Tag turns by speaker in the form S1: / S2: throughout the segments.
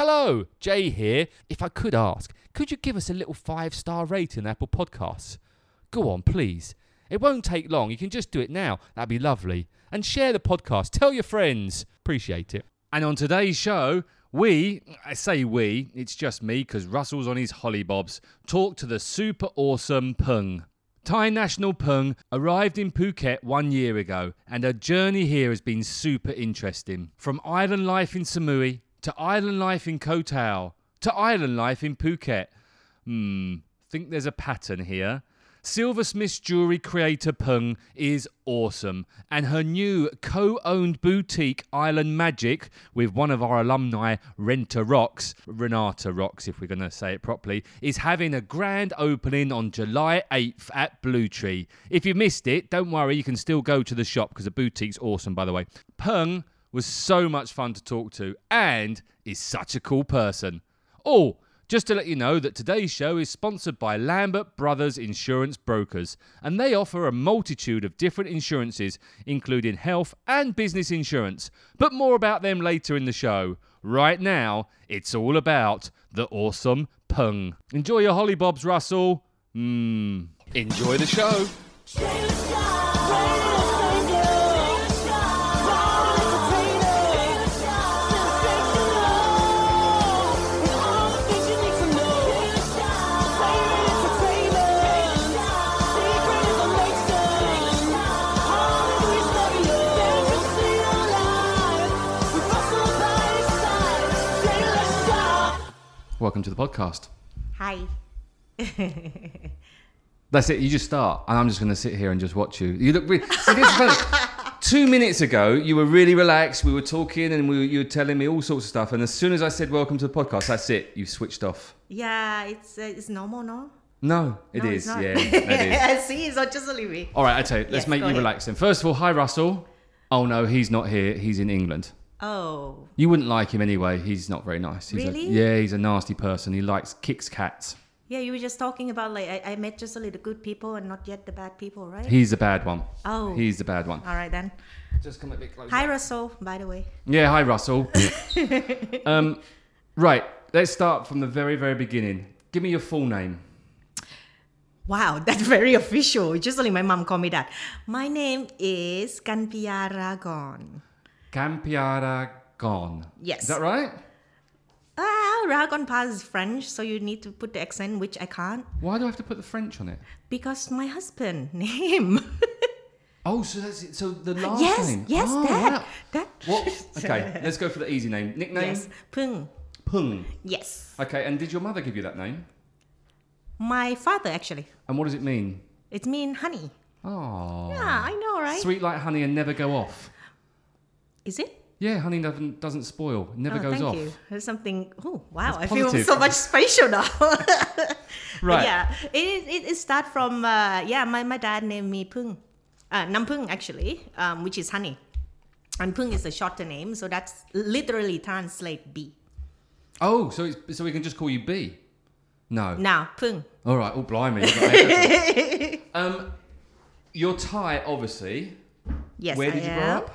S1: Hello, Jay here. If I could ask, could you give us a little five star rating on Apple Podcasts? Go on, please. It won't take long. You can just do it now. That'd be lovely. And share the podcast. Tell your friends. Appreciate it. And on today's show, we, I say we, it's just me because Russell's on his hollybobs, talk to the super awesome Pung. Thai national Pung arrived in Phuket one year ago, and her journey here has been super interesting. From island life in Samui, to island life in Koh Tao, to island life in Phuket. Hmm, think there's a pattern here. Silversmith's jewelry creator Pung is awesome, and her new co owned boutique Island Magic with one of our alumni, Renta Rocks, Renata Rocks, if we're going to say it properly, is having a grand opening on July 8th at Blue Tree. If you missed it, don't worry, you can still go to the shop because the boutique's awesome, by the way. Pung was so much fun to talk to and is such a cool person. Oh, just to let you know that today's show is sponsored by Lambert Brothers Insurance Brokers, and they offer a multitude of different insurances, including health and business insurance. But more about them later in the show. Right now, it's all about the awesome Pung. Enjoy your hollybobs, Russell. Mmm. Enjoy the show. Welcome to the podcast.
S2: Hi.
S1: That's it. You just start, and I'm just going to sit here and just watch you. You look. Re- See, this is funny. Two minutes ago, you were really relaxed. We were talking, and we were, you were telling me all sorts of stuff. And as soon as I said "Welcome to the podcast," that's it. You switched off.
S2: Yeah, it's uh, it's normal, no?
S1: No, it
S2: no,
S1: is.
S2: It's not.
S1: Yeah, that is.
S2: I see. It's not just a living.
S1: All right, I tell you. Let's
S2: Yes,
S1: make
S2: go
S1: you
S2: ahead.
S1: relax. Then, first of all, hi Russell. Oh no, he's not here. He's in England.
S2: Oh,
S1: You wouldn't like him anyway. He's not very nice. He's
S2: Really?
S1: A, yeah, he's a nasty person. He likes kicks cats.
S2: yeah. You were just talking about like I, I met just only the good people and not yet the bad people, right?
S1: He's the bad one.
S2: Oh.
S1: He's the bad one.
S2: All right then.
S1: Just come a bit closer.
S2: Hi, Russell. By the way.
S1: Yeah, hi Russell. um, right, let's start from the very, very beginning. Give me your full name.
S2: Wow, that's very official. Just only my mom called me that. My name is Kanpia Ragon.
S1: Campiara Gon.
S2: Yes.
S1: Is that right?
S2: Ah, Ragon Pas is French, so you need to put the accent, which I can't,
S1: Why do I have to put the French on it?
S2: because my husband name.
S1: Oh, so that's it. So the last
S2: yes,
S1: name.
S2: yes,
S1: oh,
S2: that,
S1: right.
S2: that.
S1: What? Okay, let's go for the easy name. Nickname?
S2: Yes, Pung.
S1: Pung.
S2: Yes.
S1: Okay, and did your mother give you that name?
S2: My father, actually.
S1: And what does it mean?
S2: It's mean honey.
S1: Oh.
S2: Yeah, I know, right?
S1: Sweet like honey and never go off.
S2: Is it?
S1: Yeah, honey doesn't, doesn't spoil, never
S2: oh,
S1: goes
S2: thank
S1: off.
S2: you. There's something. Oh, wow. I
S1: It's
S2: feel
S1: positive.
S2: so much spatial now.
S1: Right.
S2: yeah. It, it, it starts from, uh, yeah, my, my dad named me Pung. Uh, Nam Pung, actually, um, which is honey. And Pung is a shorter name, so that's literally translate bee.
S1: Oh, so it's, so we can just call you B? No.
S2: Now, Pung.
S1: All right. Oh, blimey. you've got everything. um, you're Thai, obviously.
S2: Yes,
S1: Where
S2: I
S1: did you
S2: am.
S1: grow up?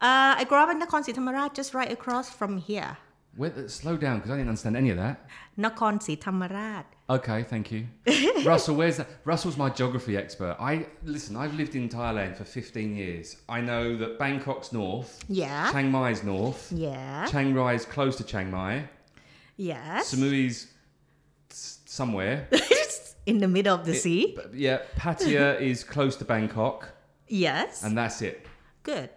S2: Uh, I grew up in Nakhon Si Thammarat, just right across from here.
S1: Where, uh, slow down, because I didn't understand any of that.
S2: Nakhon Si Thammarat.
S1: Okay, thank you. Russell, where's that? Russell's my geography expert. I listen. I've lived in Thailand for 15 years. I know that Bangkok's north,
S2: Yeah.
S1: Chiang Mai's north,
S2: Yeah.
S1: Chiang Rai's close to Chiang Mai,
S2: Yes.
S1: Samui's s- somewhere.
S2: in the middle of the sea.
S1: But, yeah, Pattaya is close to Bangkok,
S2: Yes.
S1: and that's it.
S2: Good.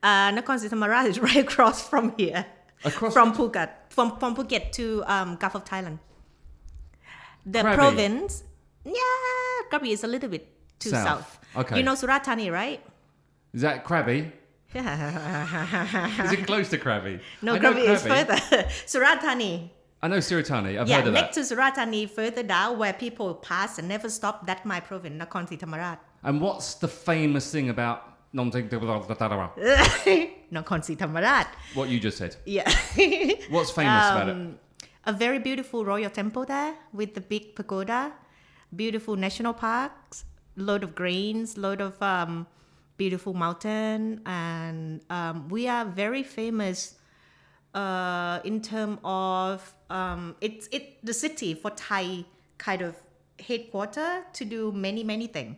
S2: Uh, Nakhon Si Thammarat is right across from here.
S1: Across
S2: from Phuket, from, from Phuket to um, Gulf of Thailand. The
S1: Krabi.
S2: province, yeah, Krabi is a little bit too
S1: South.
S2: south.
S1: Okay.
S2: You know Surat Thani, right?
S1: is that Krabi?
S2: no,
S1: Is it close to Krabi? I know
S2: Krabi is further. Surat Thani.
S1: I know Siratani. I've
S2: Yeah,
S1: heard of
S2: next
S1: that.
S2: to Surat Thani, further down where people pass and never stop, that's my province, Nakhon Si Thammarat.
S1: And what's the famous thing about non what
S2: Nakhon Si Thammarat.
S1: you just said?
S2: Yeah.
S1: What's famous about it?
S2: Um, A very beautiful royal temple there with the big pagoda, beautiful national parks, load of greens, load of um, beautiful mountain, and um, we are very famous uh, in term of um, it's it the city for Thai kind of headquarter to do many many thing,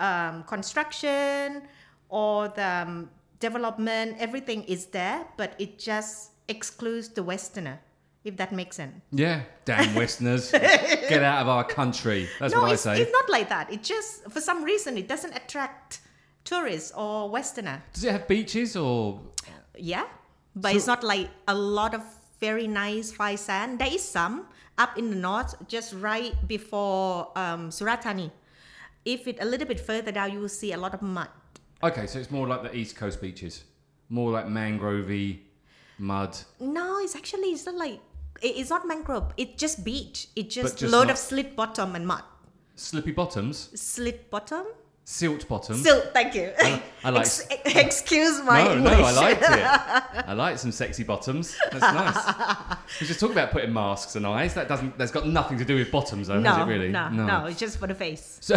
S2: um, construction or the um, development. Everything is there, but it just excludes the Westerner, if that makes sense.
S1: Yeah, damn Westerners, get out of our country. That's
S2: no,
S1: what I
S2: it's,
S1: say.
S2: it's not like that. It just for some reason it doesn't attract tourists or Westerner.
S1: Does it have beaches or?
S2: Yeah, but it's not like a lot of very nice fine sand. There is some up in the north, just right before um, Suratani. If it a little bit further down, you will see a lot of mud.
S1: Okay, so it's more like the East Coast beaches, more like mangrovey, mud.
S2: No, it's actually it's not like it- it's not mangrove. It's just beach. It's just,
S1: just
S2: load
S1: not-
S2: of slit bottom and mud.
S1: Slippy bottoms,
S2: Slit bottom.
S1: silt bottoms.
S2: So thank you.
S1: Hmm? I like-
S2: Ex- excuse my
S1: no,
S2: English.
S1: no, I liked it. I like some sexy bottoms. That's nice. We just talk about putting masks and eyes. That doesn't. That's got nothing to do with bottoms, though,
S2: no,
S1: has it? Really?
S2: no, no, it's just for the face.
S1: So,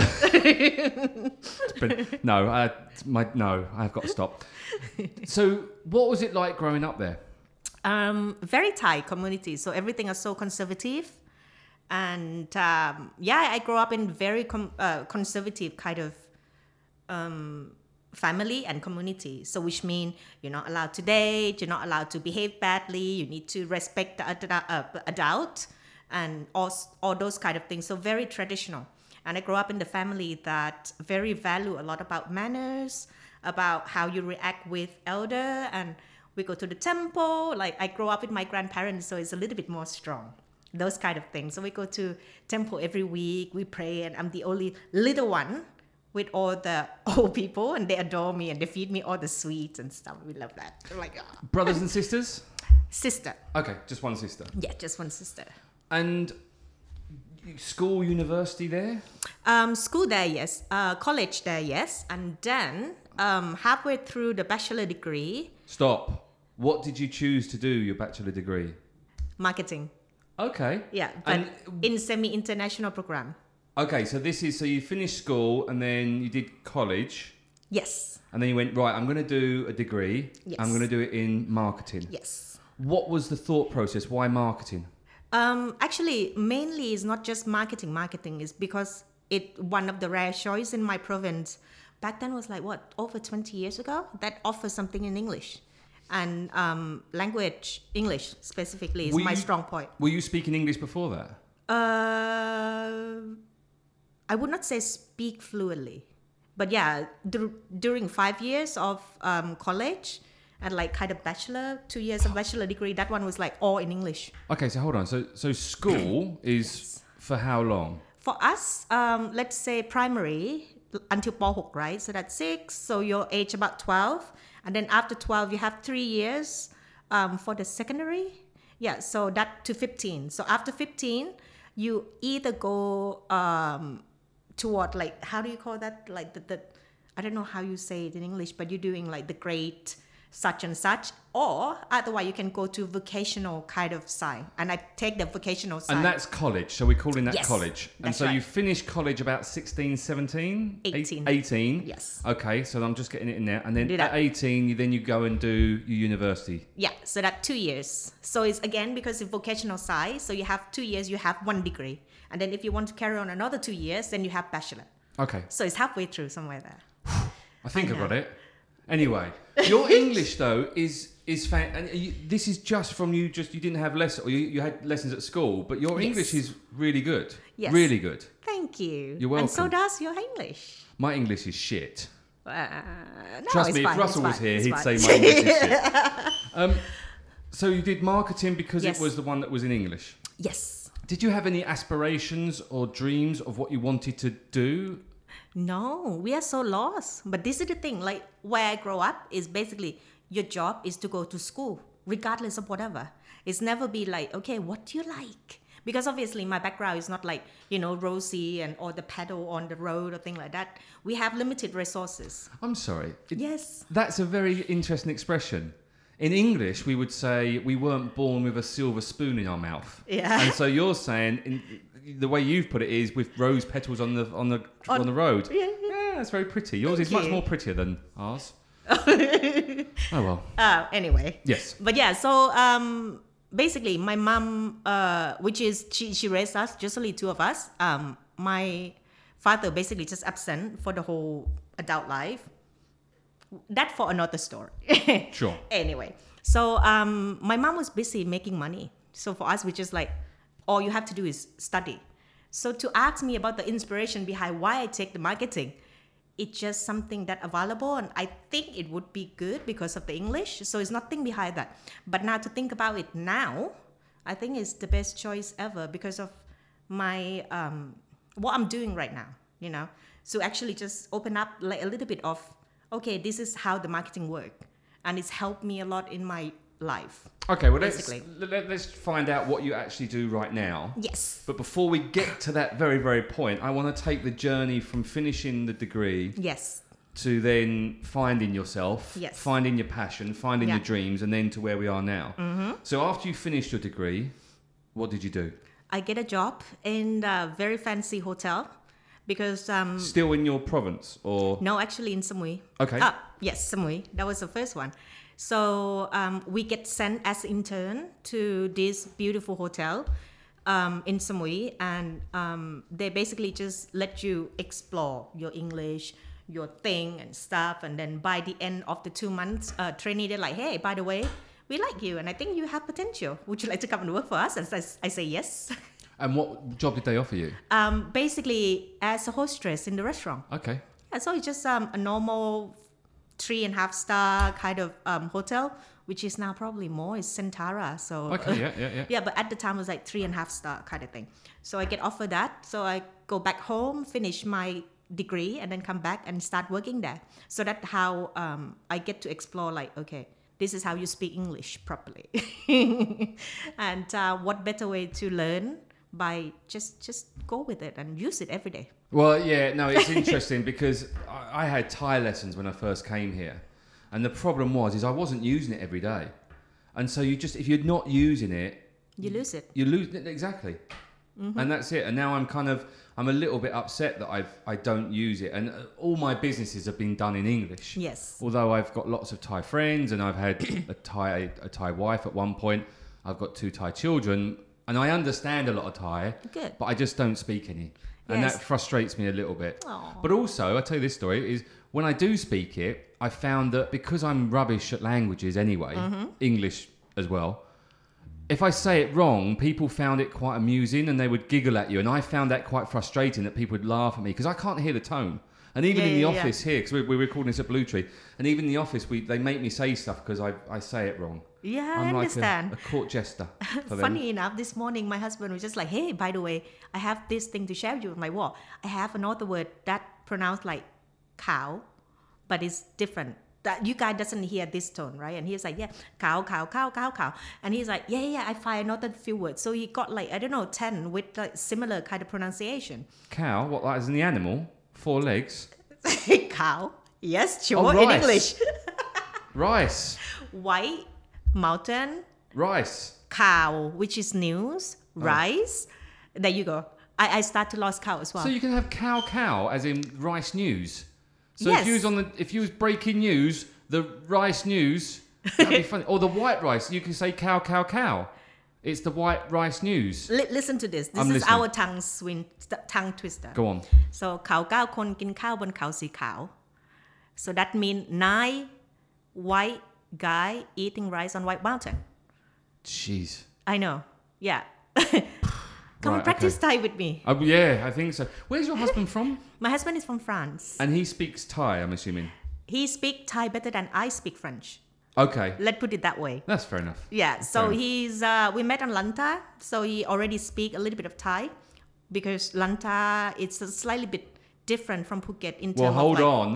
S1: but no, I, my no, I've got to stop. So, what was it like growing up there?
S2: um, very Thai community. So everything is so conservative. And um, yeah, I grew up in very com- uh, conservative kind of um, family and community. So which mean you're not allowed to date, you're not allowed to behave badly, you need to respect the ad- uh, adult and all, s- all those kind of things. So very traditional. And I grew up in the family that very value a lot about manners, about how you react with elder and we go to the temple like i grew up with my grandparents so it's a little bit more strong those kind of things so we go to temple every week we pray and i'm the only little one with all the old people and they adore me and they feed me all the sweets and stuff we love that I'm like "Ah."
S1: Brothers and sisters?
S2: sister
S1: Okay, just one sister.
S2: yeah just one sister
S1: And school, university there?
S2: um, school there yes uh, college there yes and then um, halfway through the bachelor degree
S1: Stop. What did you choose to do your bachelor degree?
S2: marketing
S1: Okay.
S2: yeah but
S1: And-
S2: in semi-international program
S1: Okay, so this is so you finished school and then you did college
S2: yes
S1: and then you went right. I'm going to do a degree. I'm
S2: Yes.
S1: going to do it in marketing.
S2: yes
S1: What was the thought process? Why marketing?
S2: Um, actually, mainly it's not just marketing. Marketing is because it one of the rare choice in my province. Back then was like what over twenty years ago that offers something in English, and um, language English specifically is
S1: Were
S2: my
S1: you-
S2: strong point.
S1: Were you speaking English before that?
S2: Uh, I would not say speak fluently, but yeah, dur- during five years of um, college and like kind of bachelor, two years of bachelor degree, that one was like all in English.
S1: Okay, so hold on. So so school is for how long?
S2: for us, um, let's say primary until 4, right? So that's six. So your age about 12. And then after 12, you have three years um, for the secondary. Yeah, so that to 15. So after 15, you either go um, toward like, how do you call that? Like the, the, I don't know how you say it in English, but you're doing like the great such and such, or otherwise you can go to vocational kind of side. And I take the vocational side.
S1: And that's college. So we're calling that
S2: Yes,
S1: college. And
S2: that's
S1: so you
S2: right.
S1: finished college about 16, 17? Eight-
S2: 18.
S1: 18.
S2: Yes.
S1: Okay, so I'm just getting it in there. And then
S2: Do
S1: at
S2: that.
S1: 18, you, then you go and do your university.
S2: Yeah, so that two years. So it's again because it's vocational side. So you have two years, you have one degree, and then if you want to carry on another two years, then you have bachelor.
S1: Okay,
S2: So it's halfway through somewhere there.
S1: I think I,
S2: I know.
S1: got it. Anyway, your English though is is fan- and you, this is just from you. Just you didn't have lessons, or you, you had lessons at school, but your
S2: Yes.
S1: English is really good.
S2: Yes.
S1: Really good.
S2: Thank you.
S1: You're
S2: And so
S1: welcome.
S2: does your English.
S1: My English is shit.
S2: Uh, no,
S1: Trust
S2: it's
S1: me,
S2: fine,
S1: if
S2: it's
S1: Russell was
S2: fine,
S1: here,
S2: it's
S1: he'd
S2: fine.
S1: say my English is shit. Um, so you did marketing because
S2: Yes.
S1: it was the one that was in English.
S2: yes.
S1: Did you have any aspirations or dreams of what you wanted to do?
S2: No, we are so lost. But this is the thing. Like where I grow up is basically your job is to go to school, regardless of whatever. It's never be like, okay, what do you like? Because obviously my background is not like, you know, rosy and or the pedal on the road or thing like that. We have limited resources.
S1: I'm sorry. It-
S2: Yes.
S1: That's a very interesting expression. In English, we would say we weren't born with a silver spoon in our mouth.
S2: Yeah.
S1: And so you're saying, in, the way you've put it is with rose petals on the on the on,
S2: On-
S1: the road.
S2: Yeah, yeah.
S1: that's very pretty. Yours
S2: Thank
S1: is much
S2: you.
S1: more prettier than ours. Oh well.
S2: uh, anyway.
S1: Yes.
S2: But yeah, so um, basically, my mom, uh, which is she, she raised us just only two of us. Um, my father basically just absent for the whole adult life. That for another story.
S1: Sure.
S2: anyway, so um, my mom was busy making money. So for us, we just like all you have to do is study. So to ask me about the inspiration behind why I take the marketing, it's just something that available, and I think it would be good because of the English. So it's nothing behind that. But now to think about it now, I think it's the best choice ever because of my um, what I'm doing right now. You know, so actually just open up like a little bit of okay, this is how the marketing work, and it's helped me a lot in my life.
S1: Okay. Well, let's
S2: Basically.
S1: let, let's find out what you actually do right now.
S2: Yes.
S1: But before we get to that very very point, I want to take the journey from finishing the degree
S2: Yes.
S1: to then finding yourself,
S2: Yes.
S1: finding your passion, finding
S2: Yeah. Mm-hmm.
S1: your dreams, and then to where we are now. So after you finished your degree, what did you do?
S2: I get a job in a very fancy hotel because um
S1: Still in your province, or
S2: no actually in Samui.
S1: Okay.
S2: Ah, yes, Samui. That was the first one. So um, we get sent as intern to this beautiful hotel um, in Samui, and um, they basically just let you explore your English, your thing and stuff, and then by the end of the two months uh, trainee, they're like, "Hey, by the way, we like you, and I think you have potential. Would you like to come and work for us?" And I s- I say yes.
S1: and what job did they offer you?
S2: um, basically as a hostess in the restaurant.
S1: Okay,
S2: Yeah, so it's just um, a normal three and a half star kind of um, hotel, which is now probably more. It's Centara, so
S1: okay, yeah, yeah, yeah.
S2: yeah. But at the time, it was like three and a half star kind of thing. So I get offered that. So I go back home, finish my degree, and then come back and start working there. So that's how um, I get to explore. Like, okay, this is how you speak English properly, and uh, what better way to learn by just just go with it and use it every day.
S1: Well, yeah, no, it's interesting because I, I had Thai lessons when I first came here, and the problem was is I wasn't using it every day, and so you just if you're not using it,
S2: You
S1: Mm.
S2: lose it.
S1: you lose exactly,
S2: Mm-hmm.
S1: and that's it. And now I'm kind of I'm a little bit upset that I I don't use it, and uh, all my businesses have been done in English.
S2: Yes.
S1: Although I've got lots of Thai friends and I've had a Thai a Thai wife at one point, I've got two Thai children, and I understand a lot of Thai,
S2: Good.
S1: but I just don't speak any, and
S2: Yes.
S1: that frustrates me a little bit.
S2: Aw.
S1: But also, I tell you this story is when I do speak it, I found that because I'm rubbish at languages anyway,
S2: Mm-hmm.
S1: English as well. If I say it wrong, people found it quite amusing and they would giggle at you. And I found that quite frustrating that people would laugh at me because I can't hear the tone. And even
S2: Yeah,
S1: in the
S2: yeah, yeah.
S1: office here, because we're, we're recording this at Blue Tree, and even in the office, we, they make me say stuff because I, I say it wrong.
S2: Yeah, I
S1: am like
S2: understand.
S1: a, a court jester for them.
S2: Funny enough, this morning my husband was just like, "Hey, by the way, I have this thing to share with you." I'm like, "What?" I have another word that pronounced like cow, but it's different. That you guy doesn't hear this tone, right? And he's like, "Yeah, cow, cow, cow, cow, cow," and he's like, "Yeah, yeah, yeah, I find another few words." So he got like I don't know ten with like similar kind of pronunciation.
S1: Cow, what, like, as in the animal? Four legs?
S2: cow, yes, sure, Oh, in
S1: rice.
S2: English.
S1: Rice.
S2: White mountain,
S1: Rice.
S2: cow, which is news, rice. There you go. I, I start to lost cow as well.
S1: So you can have cow cow as in rice news. So if you
S2: Yes.
S1: was on the if you was breaking news, the rice news that'd be funny. Or the white rice, you can say cow cow cow. It's the white rice news.
S2: Li- listen to this. This
S1: I'm
S2: is
S1: listening.
S2: our tongue swing, st- tongue twister.
S1: Go on.
S2: So เขาเก้าคนกินข้าวบนเขาสีขาว So that means nine white guy eating rice on white mountain.
S1: Jeez.
S2: I know. Yeah. Come
S1: Right, okay.
S2: and practice Thai with me.
S1: Oh, yeah, I think so. Where's your husband from?
S2: My husband is from France.
S1: And he speaks Thai, I'm assuming.
S2: He speaks Thai better than I speak French.
S1: Okay,
S2: Let's put it that way.
S1: that's fair enough.
S2: Yeah, so
S1: Okay.
S2: he's uh, we met on Lanta, so he already speak a little bit of Thai because Lanta it's a slightly bit different from Phuket in terms
S1: Well,
S2: of
S1: hold
S2: like,
S1: on.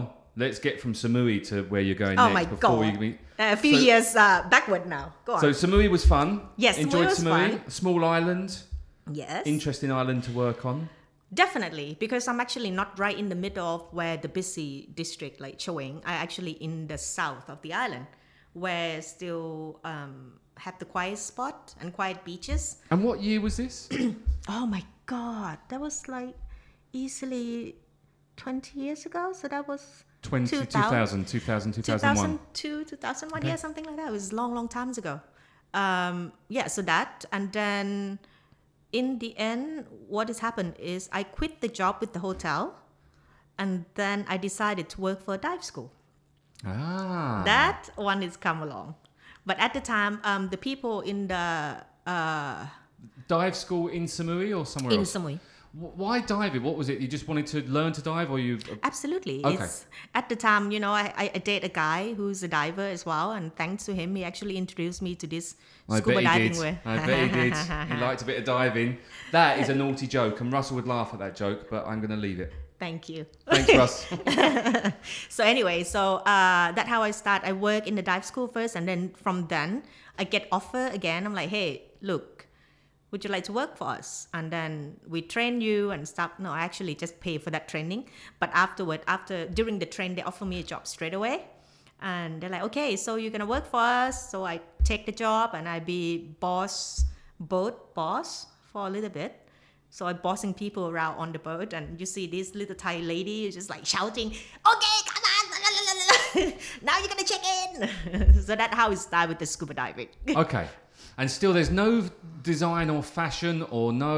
S1: Let's get from Samui to where you're going
S2: Oh
S1: next
S2: my
S1: before
S2: god!
S1: we meet.
S2: a few
S1: So-
S2: years uh, backward now. Go on.
S1: So Samui was fun.
S2: Yes, Samui
S1: enjoyed
S2: was fun.
S1: Small island,
S2: yes,
S1: interesting island to work on.
S2: definitely because I'm actually not right in the middle of where the busy district like Chowing. I actually in the south of the island, where still um, have the quiet spot and quiet beaches.
S1: And what year was this?
S2: Oh my god, that was like easily twenty years ago. So that was
S1: 20, 2000, 2000, 2001.
S2: 2002, 2001,
S1: Okay.
S2: yeah, something like that. It was long, long times ago. Um, yeah, so that. And then in the end, what has happened is I quit the job with the hotel and then I decided to work for a dive school.
S1: Ah.
S2: That one is come along. But at the time, um, the people in the uh,
S1: dive school in Samui or somewhere
S2: in
S1: else?
S2: Samui,
S1: Wh- Why diving? What was it? You just wanted to learn to dive or you. uh,
S2: Absolutely.
S1: Okay.
S2: It's, at the time, you know, I, I, I date a guy who's a diver as well, and thanks to him, he actually introduced me to this
S1: I
S2: scuba
S1: bet he
S2: diving
S1: did.
S2: way.
S1: I bet he did. He liked a bit of diving. That is a naughty joke, and Russell would laugh at that joke, but I'm going to leave it.
S2: Thank you.
S1: Thanks, Russ.
S2: So anyway, so uh, that's how I start. I work in the dive school first, and then from then I get offer again. I'm like, hey, look, would you like to work for us? And then we train you and stuff. No, I actually just pay for that training. But afterward, after during the train, they offer me a job straight away, and they're like, okay, so you're gonna work for us. So I take the job and I be boss, boat boss for a little bit. So I'm bossing people around on the boat, and you see this little Thai lady is just like shouting, "Okay, come on, la, la, la, la, la. now you're gonna check in." so that's how it started with the scuba diving.
S1: okay. And still, there's no design or fashion or no.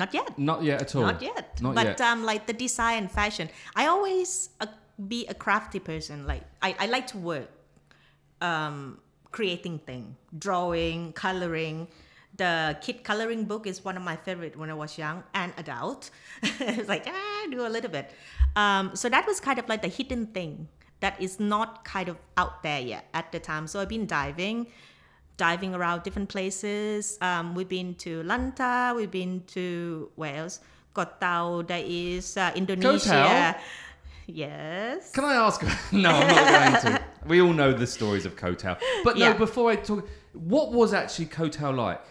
S2: Not yet.
S1: Not yet at all.
S2: Not yet.
S1: Not
S2: but
S1: yet.
S2: um, like the design and fashion, I always uh, be a crafty person. Like I, I like to work, um, creating thing, drawing, coloring. The kid coloring book is one of my favorite when I was young and adult. it's like ah, do a little bit. Um, so that was kind of like the hidden thing that is not kind of out there yet at the time. So I've been diving diving around different places. Um, we've been to Lanta, we've been to where else? Kotau, that is uh, Indonesia. Yes.
S1: Can I ask? no, I'm not going to. We all know the stories of Kotel. But no,
S2: Yeah.
S1: before I talk, what was actually Kotel like?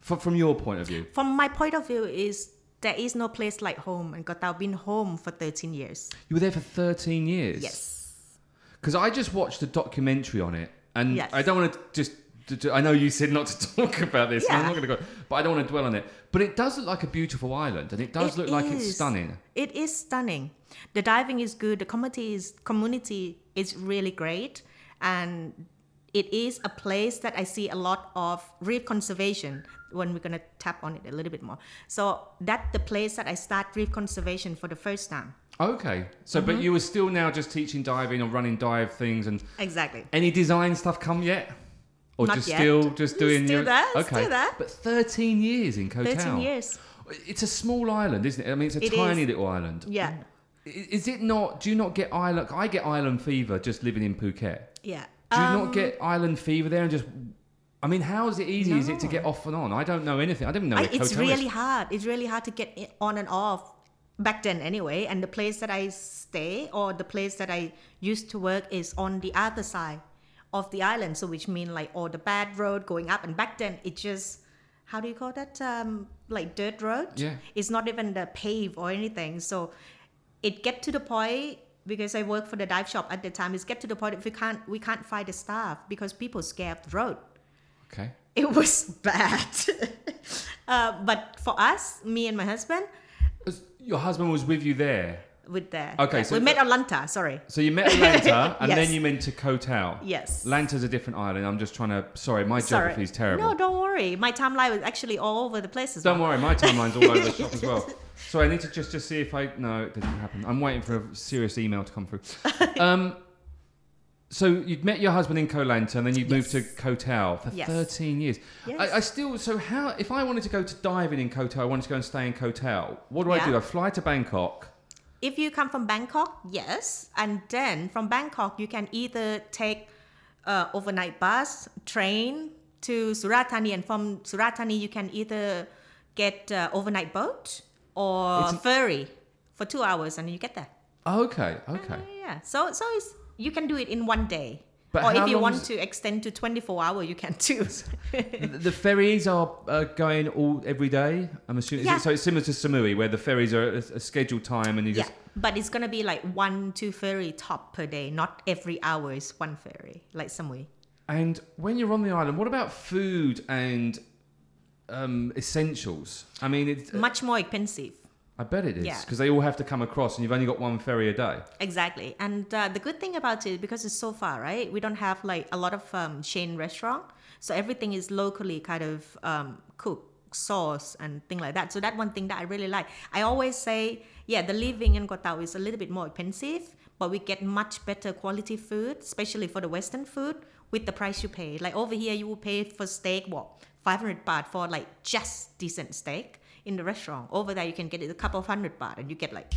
S1: From, from your point of view?
S2: From my point of view, is there is no place like home, and Kotau been home for 13 years.
S1: You were there for 13 years.
S2: Yes.
S1: Because I just watched a documentary on it, and
S2: Yes.
S1: I don't want to just. to- to- I know you said not to talk about this, and I'm
S2: Yeah.
S1: not going to go, but I don't want to dwell on it. But it does look like a beautiful island, and it does
S2: It
S1: look like it's
S2: is.
S1: stunning.
S2: It is stunning. The diving is good. The community is community is really great, and it is a place that I see a lot of reef conservation. When we're gonna tap on it a little bit more, so that the place that I start reef conservation for the first time.
S1: Okay, so
S2: Mm-hmm.
S1: but you were still now just teaching diving or running dive things, and
S2: Exactly.
S1: any design stuff come yet, or
S2: Not
S1: just
S2: yet.
S1: still just doing
S2: Still
S1: your,
S2: that,
S1: okay.
S2: still that.
S1: But 13 years in Koh
S2: Thirteen
S1: Tao.
S2: years.
S1: It's a small island, isn't it? I mean, it's a
S2: It
S1: tiny
S2: is.
S1: little island.
S2: Yeah,
S1: I- Is it not? Do you not get island? I get island fever just living in Phuket.
S2: yeah.
S1: Do you
S2: Um,
S1: not get island fever there and just? I mean, how is it easy? Is it to
S2: No.
S1: get off and on? I don't know anything. I didn't know.
S2: I,
S1: it
S2: it's
S1: hotel is-
S2: really hard. It's really hard to get i- on and off back then anyway. And the place that I stay or the place that I used to work is on the other side of the island. So which mean like all the bad road going up and back then it just how do you call that? Um, like dirt road.
S1: Yeah.
S2: It's not even the pave or anything. So it get to the point because I work for the dive shop at the time. It's get to the point if we can't we can't find the staff because people scared of the road
S1: okay.
S2: it was bad. uh, but for us, me and my husband,
S1: As- Your husband was with you there,
S2: with the
S1: Okay,
S2: yeah,
S1: so-
S2: we met on Lanta. Sorry,
S1: so you met Lanta, and then
S2: Yes.
S1: you went to Koh Tao.
S2: yes.
S1: Lanta's a different island. I'm just trying to. Sorry, my
S2: sorry.
S1: geography is terrible.
S2: No, don't worry. My timeline was actually all over the place as
S1: Don't
S2: well.
S1: worry, my timeline's all over the shop as well. Sorry, I need to just just see if I. No, it doesn't happen. I'm waiting for a serious email to come through. Um, so you'd met your husband in Koh Lanta, and then you'd moved to
S2: Yes.
S1: Koh Tao for
S2: Yes.
S1: 13 years.
S2: Yes.
S1: I, I still. So how? If I wanted to go to diving in Koh Tao, I wanted to go and stay in Koh Tao. What do I
S2: Yeah.
S1: do? I fly to Bangkok.
S2: If you come from Bangkok, yes, and then from Bangkok you can either take uh, overnight bus, train to Surat Thani, and from Surat Thani you can either get uh, overnight boat or
S1: It's-
S2: ferry for two hours, and you get there.
S1: Okay, okay.
S2: Yeah. So so it's, you can do it in one day.
S1: But
S2: or
S1: how
S2: if you
S1: long
S2: want
S1: is-
S2: to extend to 24 hour, you can too.
S1: the, the ferries are uh, going all every day. I'm assuming. is it-
S2: Yeah.
S1: so it's similar to Samui, where the ferries are at a, a scheduled time, and you
S2: yeah.
S1: just
S2: But it's going to be like one, two ferry top per day. Not every hour is one ferry, like Samui.
S1: And when you're on the island, what about food and um, essentials? I mean, it's,
S2: Much more expensive.
S1: I bet it is
S2: Yeah.
S1: because they all have to come across, and you've only got one ferry a day.
S2: Exactly. And uh, the good thing about it, because it's so far, right? We don't have like a lot of um, chain restaurant, so everything is locally kind of um, cooked, sauce and thing like that. So that one thing that I really like. I always say, yeah, the living in Koh Tao is a little bit more expensive, but we get much better quality food, especially for the Western food, with the price you pay. Like over here, you will pay for steak what 500 baht for like just decent steak in the restaurant. Over there, you can get it a couple of hundred baht, and you get like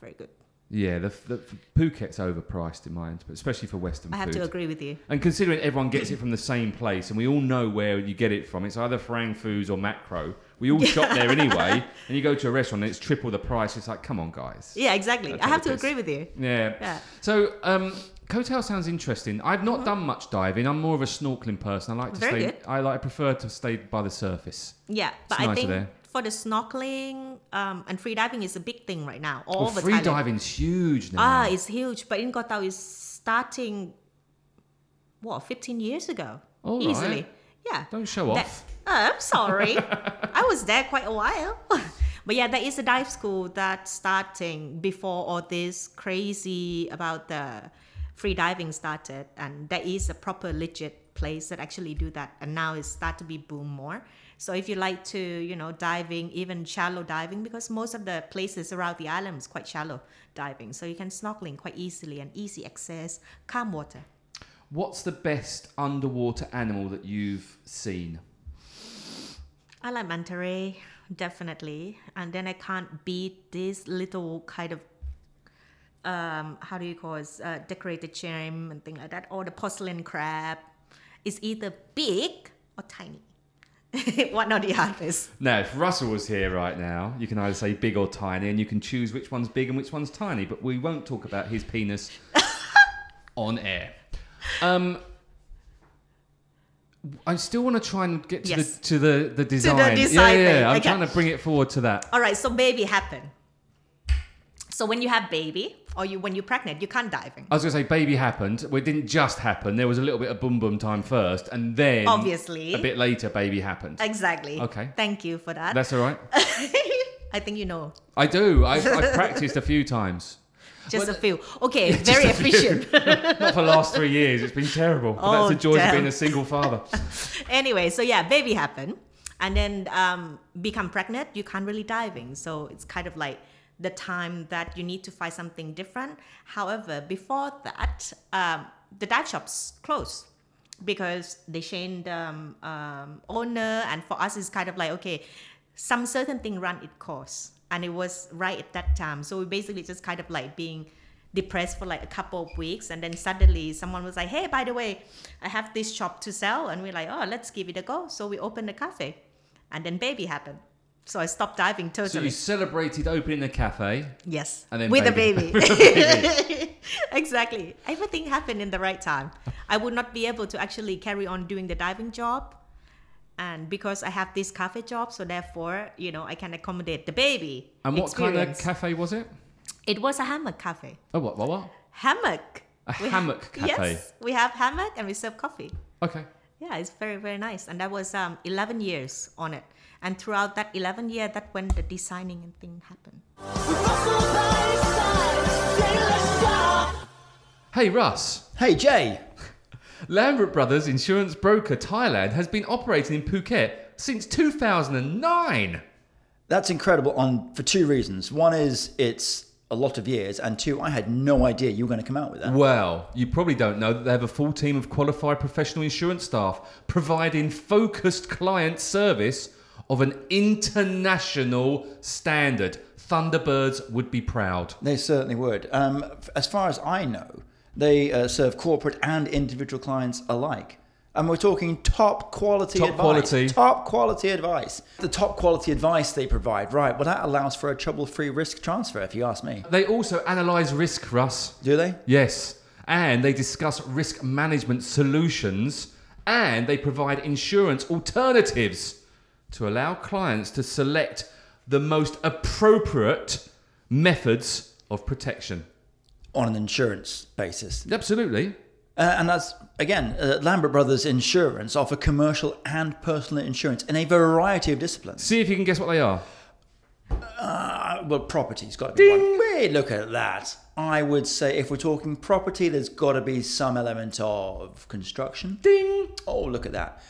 S2: very good.
S1: Yeah, the, the Phuket's overpriced in my, but especially for Western
S2: I have
S1: food.
S2: to agree with you.
S1: And considering everyone gets it from the same place, and we all know where you get it from, it's either Farang Foods or Macro. We all shop there anyway, and you go to a restaurant and it's triple the price. It's like, come on, guys.
S2: Yeah, exactly.
S1: That's
S2: I
S1: how
S2: have
S1: it
S2: to
S1: is.
S2: agree with you.
S1: Yeah.
S2: Yeah. Uh-huh.
S1: So, um, Kotel sounds interesting. I've not done much diving. I'm more of a snorkeling person. I like to
S2: Very
S1: stay.
S2: good.
S1: I like. I prefer to stay by the surface.
S2: Yeah, but
S1: nicer
S2: I think
S1: there.
S2: for the snorkeling um, and free diving is a big thing right now all
S1: Well,
S2: over
S1: Oh, free
S2: Thailand.
S1: diving's huge now.
S2: Ah, it's huge. But in Koh Tao, it's starting what 15 years ago,
S1: All
S2: easily.
S1: right.
S2: Yeah.
S1: Don't show
S2: That-
S1: off.
S2: Oh, I'm sorry. I was there quite a while. but yeah, there is a dive school that's starting before all this crazy about the free diving started. And there is a proper legit place that actually do that. And now it's start to be boom more. So if you like to, you know, diving, even shallow diving, because most of the places around the island is quite shallow diving. So you can snorkeling quite easily and easy access, calm water.
S1: What's the best underwater animal that you've seen?
S2: I like manta ray, definitely. And then I can't beat this little kind of, um, how do you call it, uh, decorated shrimp and things like that, or the porcelain crab. It's either big or tiny. One or the other.
S1: Now, if Russell was here right now, you can either say big or tiny, and you can choose which one's big and which one's tiny. But we won't talk about his penis on air. Um, I still want to try and get to
S2: Yes.
S1: the to the, the design. Yeah,
S2: design
S1: yeah,
S2: thing.
S1: I'm
S2: Okay.
S1: trying to bring it forward to that.
S2: All right, so baby happen. So when you have baby or you when you're pregnant, you can't diving.
S1: I was going to say, baby happened. Well, it didn't just happen. There was a little bit of boom boom time first, and then
S2: Obviously.
S1: a bit later, baby happened.
S2: Exactly.
S1: Okay.
S2: Thank you for that.
S1: That's all right.
S2: I think you know
S1: I do. I, I practiced a few times.
S2: just
S1: Well,
S2: a few. Okay, very
S1: a few.
S2: efficient.
S1: Not for the last three years. It's been terrible. But
S2: Oh,
S1: that's the joy
S2: damn.
S1: of being a single father.
S2: anyway, so yeah, baby happened, and then um, become pregnant. You can't really diving, so it's kind of like the time that you need to find something different. However, before that, um, the dive shops closed because they changed um, um, owner, and for us, it's kind of like okay, some certain thing run its course, and it was right at that time. So we basically just kind of like being depressed for like a couple of weeks and then suddenly someone was like hey by the way i have this shop to sell and we're like oh let's give it a go so we opened a cafe and then baby happened so i stopped diving
S1: So
S2: totally
S1: you celebrated opening a cafe.
S2: yes
S1: and then
S2: with
S1: baby.
S2: a
S1: With a
S2: baby exactly everything happened in the right time i would not be able to actually carry on doing the diving job and because i have this cafe job so therefore you know i can accommodate the baby
S1: And what kind of
S2: experience.
S1: cafe was it?
S2: it was a hammock cafe
S1: Oh, what, what, what?
S2: hammock
S1: A
S2: We ha-
S1: hammock cafe.
S2: Yes, we have hammock and we serve coffee.
S1: Okay.
S2: Yeah, it's very very nice. And that was um, 11 years on it. And throughout that 11 year, that when the designing and thing happened.
S1: Hey, Russ.
S3: Hey Jay,
S1: Lambert Brothers Insurance Broker Thailand has been operating in Phuket since 2009.
S3: that's incredible on for two reasons. One is it's a lot of years, and two, I had no idea you were going to come out with that.
S1: Well, you probably don't know that they have a full team of qualified professional insurance staff providing focused client service of an international standard. Thunderbirds would be proud.
S3: They certainly would. Um, f- as far as I know, they uh, serve corporate and individual clients alike. And we're talking top quality
S1: Top
S3: advice.
S1: quality.
S3: Top quality advice. The top quality advice they provide, right? Well, that allows for a trouble free risk transfer, if you ask me.
S1: They also analyse risk, Russ.
S3: Do they?
S1: Yes. And they discuss risk management solutions and they provide insurance alternatives to allow clients to select the most appropriate methods of protection.
S3: On an insurance basis.
S1: Absolutely.
S3: Uh, and that's again, uh, Lambert Brothers Insurance offer commercial and personal insurance in a variety of disciplines.
S1: See if you can guess what they are.
S3: Uh, Uh, well, property's got to be one. Wait, look at that. I would say if we're talking property, there's got to be some element of construction. Ding. Oh, look at that.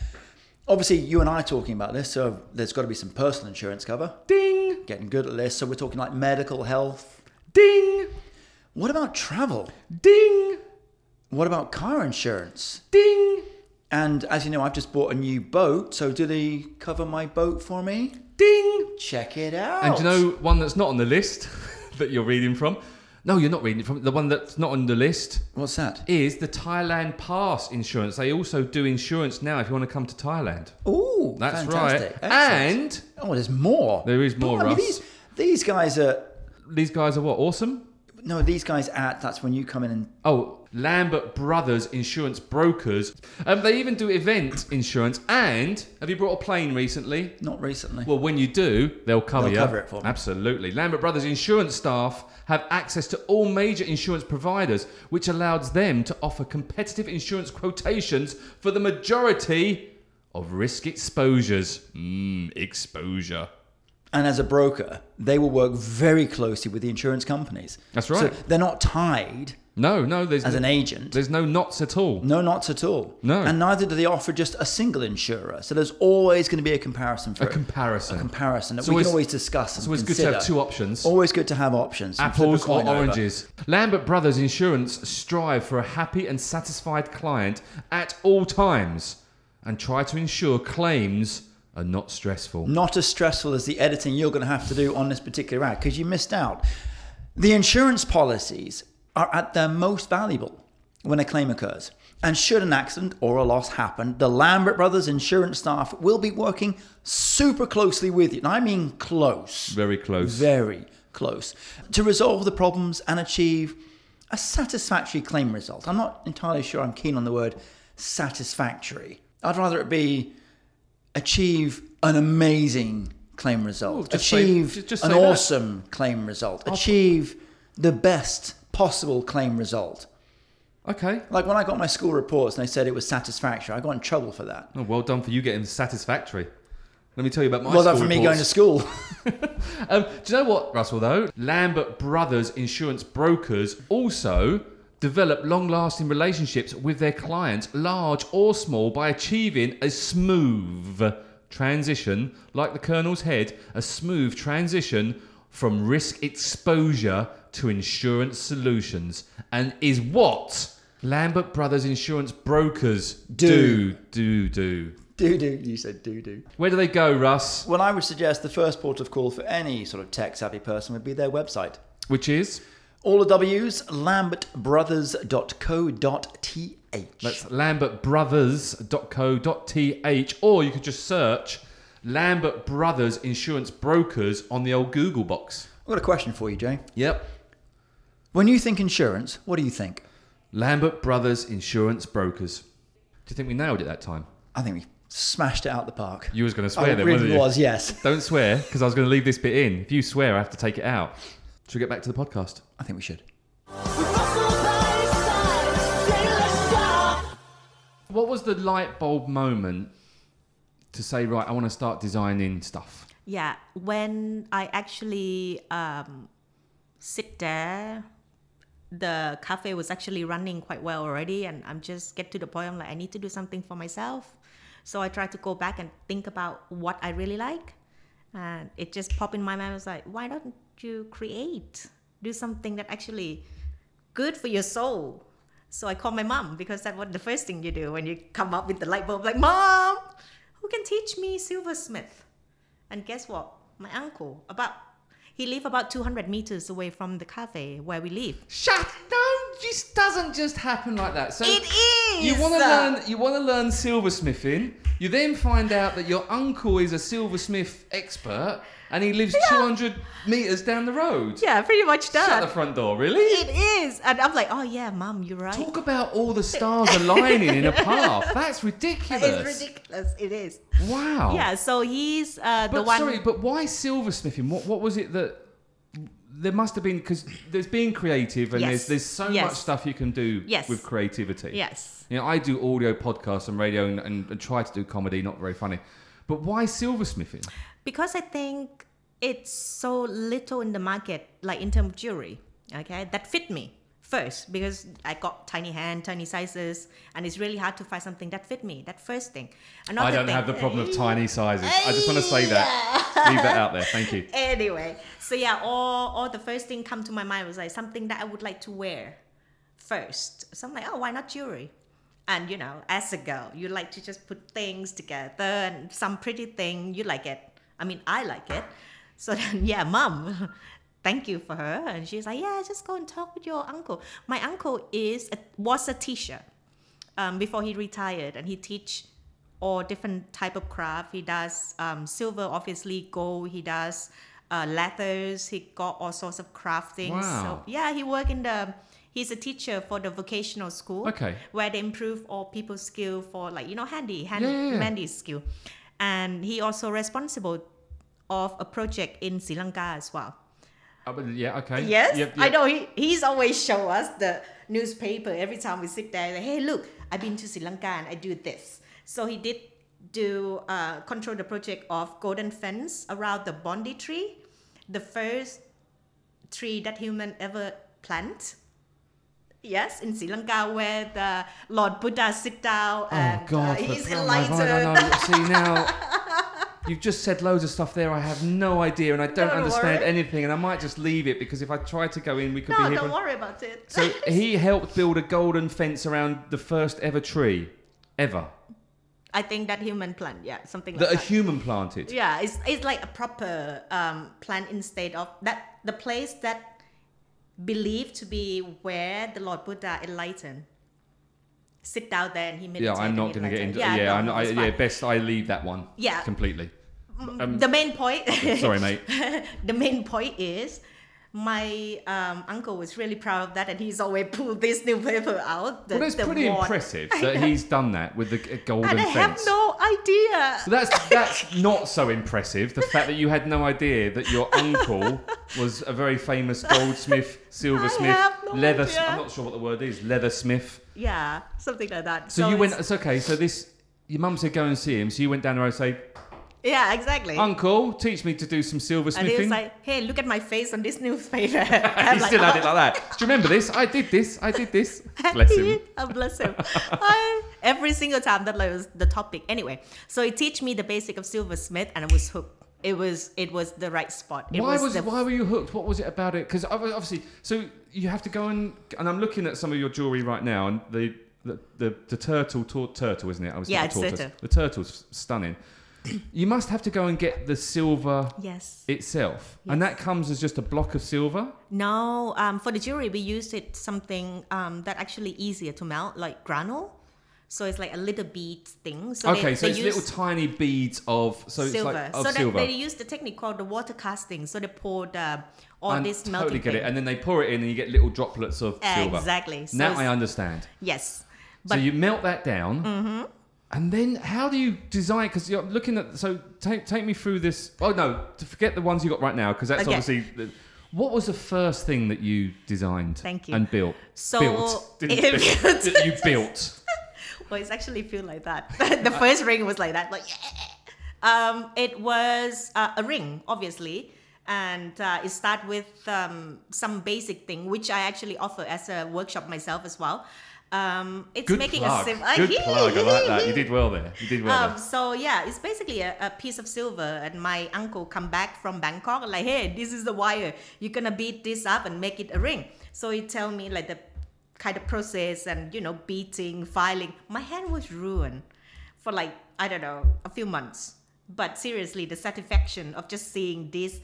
S3: Obviously, you and I are talking about this, so there's got to be some personal insurance cover.
S1: Ding,
S3: Getting good at this, so we're talking like medical health.
S1: ding,
S3: What about travel?
S1: ding,
S3: What about car insurance?
S1: ding,
S3: And as you know, I've just bought a new boat, so do they cover my boat for me?
S1: ding.
S3: Check it out.
S1: And do you know one that's not on the list that you're reading from? No, you're not reading it from. The one that's not on the list
S3: what's that?
S1: is the Thailand Pass insurance. They also do insurance now if you want to come to Thailand.
S3: Ooh,
S1: That's
S3: fantastic.
S1: right.
S3: Excellent.
S1: And
S3: oh, there's more.
S1: There is more,
S3: I mean,
S1: Russ.
S3: these these guys are
S1: these guys are what? Awesome?
S3: no, these guys at that's when you come in and
S1: Oh, Lambert Brothers Insurance Brokers. Um, they even do event insurance. And have you brought a plane recently?
S3: not recently.
S1: Well, when you do, they'll cover
S3: They'll
S1: you.
S3: cover it for me.
S1: Absolutely. Lambert Brothers insurance staff have access to all major insurance providers, which allows them to offer competitive insurance quotations for the majority of risk exposures. Mmm, exposure.
S3: and as a broker, they will work very closely with the insurance companies.
S1: That's
S3: So
S1: right.
S3: they're not tied
S1: No, no, there's
S3: as an agent.
S1: there's no knots at all.
S3: No knots at all.
S1: No.
S3: And neither do they offer just a single insurer. So there's always going to be a comparison for
S1: A
S3: it.
S1: comparison.
S3: A comparison that
S1: It's
S3: we
S1: always-
S3: can always discuss. And
S1: it's always good to
S3: consider.
S1: have two options.
S3: Always good to have options. and flip a
S1: apples or
S3: coin over.
S1: oranges. Lambert Brothers Insurance strive for a happy and satisfied client at all times and try to ensure claims are not stressful.
S3: Not as stressful as the editing you're going to have to do on this particular ad because you missed out. The insurance policies are at their most valuable when a claim occurs. And should an accident or a loss happen, the Lambert Brothers insurance staff will be working super closely with you. And I mean close.
S1: Very close.
S3: very close to resolve the problems and achieve a satisfactory claim result. I'm not entirely sure I'm keen on the word satisfactory. I'd rather it be achieve an amazing claim result,
S1: just say-
S3: achieve
S1: ju- just
S3: an
S1: say that.
S3: awesome claim result, achieve the best possible claim result.
S1: okay.
S3: Like when I got my school reports and they said it was satisfactory, I got in trouble for that.
S1: Oh, well done for you getting satisfactory. Let me tell you about my
S3: well, that
S1: school
S3: for me going to
S1: reports.
S3: school.
S1: Um, do you know what, Russell? Though Lambert Brothers Insurance Brokers also develop long-lasting relationships with their clients, large or small, by achieving a smooth transition, like the Colonel's head, a smooth transition from risk exposure to insurance solutions, and is what Lambert Brothers Insurance Brokers do
S3: Do.
S1: do do.
S3: doo doo, you said doo doo.
S1: Where do they go, Russ?
S3: Well, I would suggest the first port of call for any sort of tech savvy person would be their website.
S1: Which is
S3: All the W's, lambertbrothers.co.th.
S1: That's lambertbrothers.co.th, or you could just search Lambert Brothers Insurance Brokers on the old Google box.
S3: I've got a question for you, Jay.
S1: Yep.
S3: When you think insurance, what do you think?
S1: Lambert Brothers Insurance Brokers. Do you think we nailed it that time?
S3: I think we smashed it out the park.
S1: You was going to swear
S3: I
S1: then, wasn't
S3: really
S1: you?
S3: was, yes.
S1: Don't swear, because I was going to leave this bit in. If you swear, I have to take it out. Should we get back to the podcast?
S3: I think we should.
S1: What was the light bulb moment to say, right, I want to start designing stuff?
S2: Yeah, when I actually um, sit there, the cafe was actually running quite well already, and I'm just get to the point I'm like, I need to do something for myself. So I try to go back and think about what I really like, and it just popped in my mind. I was like, why don't you create, do something that actually good for your soul? So I called my mom because that's what the first thing you do when you come up with the light bulb. Like, mom, who can teach me silversmith? And guess what? My uncle, about he live about 200 meters away from the cafe where we live.
S1: Shut no, just doesn't just happen like that. So
S2: It is.
S1: You want to learn. You want to learn silversmithing. You then find out that your uncle is a silversmith expert, and he lives 200 meters down the road.
S2: Yeah, pretty much
S1: Shut the
S2: that.
S1: front door, really?
S2: It is, and I'm like, oh yeah, mom, you're right.
S1: Talk about all the stars aligning in a path. That's ridiculous.
S2: it's ridiculous. It is.
S1: Wow.
S2: Yeah. So he's uh,
S1: Oh. But
S2: the one.
S1: sorry, but why silversmithing? What what was it that there must have been because there's being creative and
S2: Yes.
S1: there's there's so
S2: Yes.
S1: much stuff you can do
S2: Yes.
S1: with creativity.
S2: yes.
S1: You know, I do audio podcasts and radio and, and, and try to do comedy, not very funny. But why silversmithing?
S2: because I think it's so little in the market, like in terms of jewelry, okay, that fit me first because I got tiny hand, tiny sizes, and it's really hard to find something that fit me. That first thing. Another
S1: I don't
S2: thing,
S1: have the problem of tiny sizes. I just want to say that. Just Leave that out there. Thank you.
S2: anyway, so yeah, all, all the first thing come to my mind was like something that I would like to wear first. So I'm like, oh, why not jewelry? And you know, as a girl, you like to just put things together and some pretty thing. You like it. I mean, I like it. So then, yeah, mom, thank you for her. And she's like, yeah, just go and talk with your uncle. My uncle is a, was a teacher um, before he retired, and he teach all different type of craft. He does um, silver, obviously gold. He does uh, leathers. He got all sorts of crafting. So
S1: Wow.
S2: yeah, he work in the. He's a teacher for the vocational school.
S1: Okay.
S2: Where they improve all people's skill for like you know handy hand
S1: Yeah, yeah, yeah.
S2: handy skill, and he also responsible of a project in Sri Lanka as well.
S1: Uh, but yeah. Okay.
S2: Yes,
S1: Yep,
S2: I
S1: yep.
S2: know. He, he's always show us the newspaper every time we sit there. Like, hey, look, I've been to Sri Lanka and I do this. So he did do uh, control the project of golden fence around the Bondi tree, the first tree that human ever plant. Yes, in Sri Lanka, where the Lord Buddha sit down and
S1: Oh God!
S2: uh,
S1: for
S2: he's
S1: the love of- I
S2: enlightened.
S1: don't know. See now, you've just said loads of stuff there. I have no idea, and I don't,
S2: Don't
S1: understand
S2: worry.
S1: anything. And I might just leave it because if I try to go in, we could
S2: No,
S1: be here.
S2: don't
S1: for-
S2: worry about it.
S1: So he helped build a golden fence around the first ever tree, ever
S2: I think that human plant, yeah, something like
S1: that a
S2: that.
S1: human planted.
S2: Yeah, it's it's like a proper um, plan instead of that the place that believed to be where the Lord Buddha enlightened. Sit down there and he meditated.
S1: Yeah, I'm not going to get into. Yeah,
S2: no,
S1: I'm
S2: no,
S1: not, I,
S2: it's
S1: yeah.
S2: fine.
S1: Best I leave that one.
S2: Yeah. Mm,
S1: completely. um,
S2: the main point.
S1: Sorry, mate.
S2: the main point is my um, uncle was really proud of that and he's always pulled this new paper out. The,
S1: well, that's
S2: the
S1: pretty
S2: wand.
S1: impressive that he's done that with the uh, golden
S2: And I
S1: fence.
S2: have no idea.
S1: So that's that's not so impressive. The fact that you had no idea that your uncle was a very famous goldsmith, silversmith,
S2: have no
S1: leather.
S2: idea.
S1: I'm not sure what the word is. Leathersmith.
S2: Yeah, something like that.
S1: So, you
S2: it's-
S1: went. It's okay. So this. Your mum said go and see him. So you went down the road and say,
S2: Yeah, exactly.
S1: Uncle, teach me to do some
S2: And he was
S1: silversmithing.
S2: like, hey, look at my face on this newspaper.
S1: he
S2: I'm like,
S1: still had it
S2: "Oh,
S1: like that. Do you remember this? I did this. I did this. Bless him.
S2: oh, bless him. I- every single time that like, was the topic. Anyway, so he teach me the basic of silversmith and I was hooked. It was it was the right spot. It
S1: why was
S2: the,
S1: why were you hooked? What was it about it? Because obviously, so you have to go and and I'm looking at some of your jewelry right now, and the the the, the turtle tor- turtle isn't it? I was
S2: Yeah,
S1: thinking
S2: it's
S1: tortoise.
S2: turtle.
S1: The turtle's stunning. you must have to go and get the silver
S2: Yes.
S1: itself, and that comes as just a block of silver.
S2: No, um, for the jewelry, we used it something um, that actually easier to melt, like granule. So it's like a little bead thing. So
S1: okay,
S2: they,
S1: so
S2: they
S1: it's
S2: use
S1: little tiny beads of so it's
S2: silver.
S1: like of
S2: so
S1: silver.
S2: They, they use the technique called the water casting. So they pour the, all
S1: I
S2: this
S1: totally
S2: melting
S1: get it,
S2: thing.
S1: and then they pour it in, and you get little droplets of silver.
S2: Exactly. So
S1: now
S2: it's-
S1: I understand.
S2: Yes. But Mm-hmm.
S1: so you melt that down, and then how do you design? Because you're looking at. So take take me through this. Oh no, to forget the ones you got right now, because that's
S2: Okay.
S1: obviously. The, what was the first thing that you designed?
S2: Thank you.
S1: And built.
S2: So,
S1: built. Didn't
S2: it-
S1: build, that you built.
S2: well, it's actually feel like that. the first ring was like that, like yeah. Um, it was uh, a ring, obviously, and uh, it start with um, some basic thing, which I actually offer as a workshop myself as well. Um, it's
S1: Good
S2: making
S1: plug.
S2: a sim.
S1: Good plug. I like that. You did well there. You did well
S2: Um, so yeah, it's basically a, a piece of silver, and my uncle come back from Bangkok like, hey, this is the wire. You're gonna beat this up and make it a ring. So he tell me like the kind of process and you know beating, filing. My hand was ruined for like I don't know a few months. But seriously, the satisfaction of just seeing this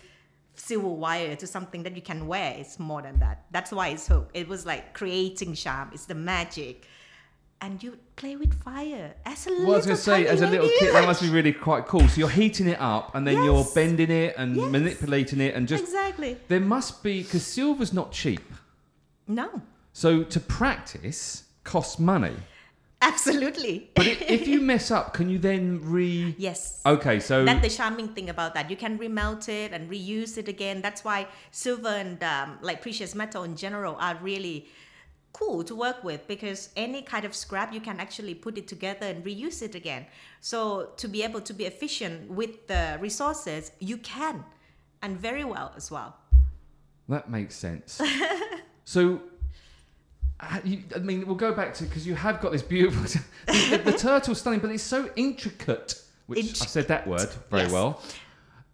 S2: silver wire to something that you can wear is more than that. That's why it's hooked. It was like creating charm. It's the magic. And you play with fire as a
S1: there.
S2: little
S1: Well, I was going to say,
S2: tiny
S1: as a little
S2: lady.
S1: kid, that must be really quite cool. So you're heating it up, and then you're
S2: Yes.
S1: bending it and
S2: Yes.
S1: manipulating it, and just
S2: exactly.
S1: there must be because silver's not cheap.
S2: No,
S1: So to practice costs money.
S2: absolutely.
S1: But i- if you mess up, can you then re?
S2: yes.
S1: Okay, so
S2: That's the charming thing about that. You can remelt it and reuse it again. That's why silver and um, like precious metal in general are really cool to work with because any kind of scrap you can actually put it together and reuse it again. So to be able to be efficient with the resources, you can and very well as well.
S1: That makes sense. so, uh, you, I mean, we'll go back to because you have got this beautiful. the, the turtle's stunning, but it's so intricate. Which I've said that word very
S2: Yes.
S1: well.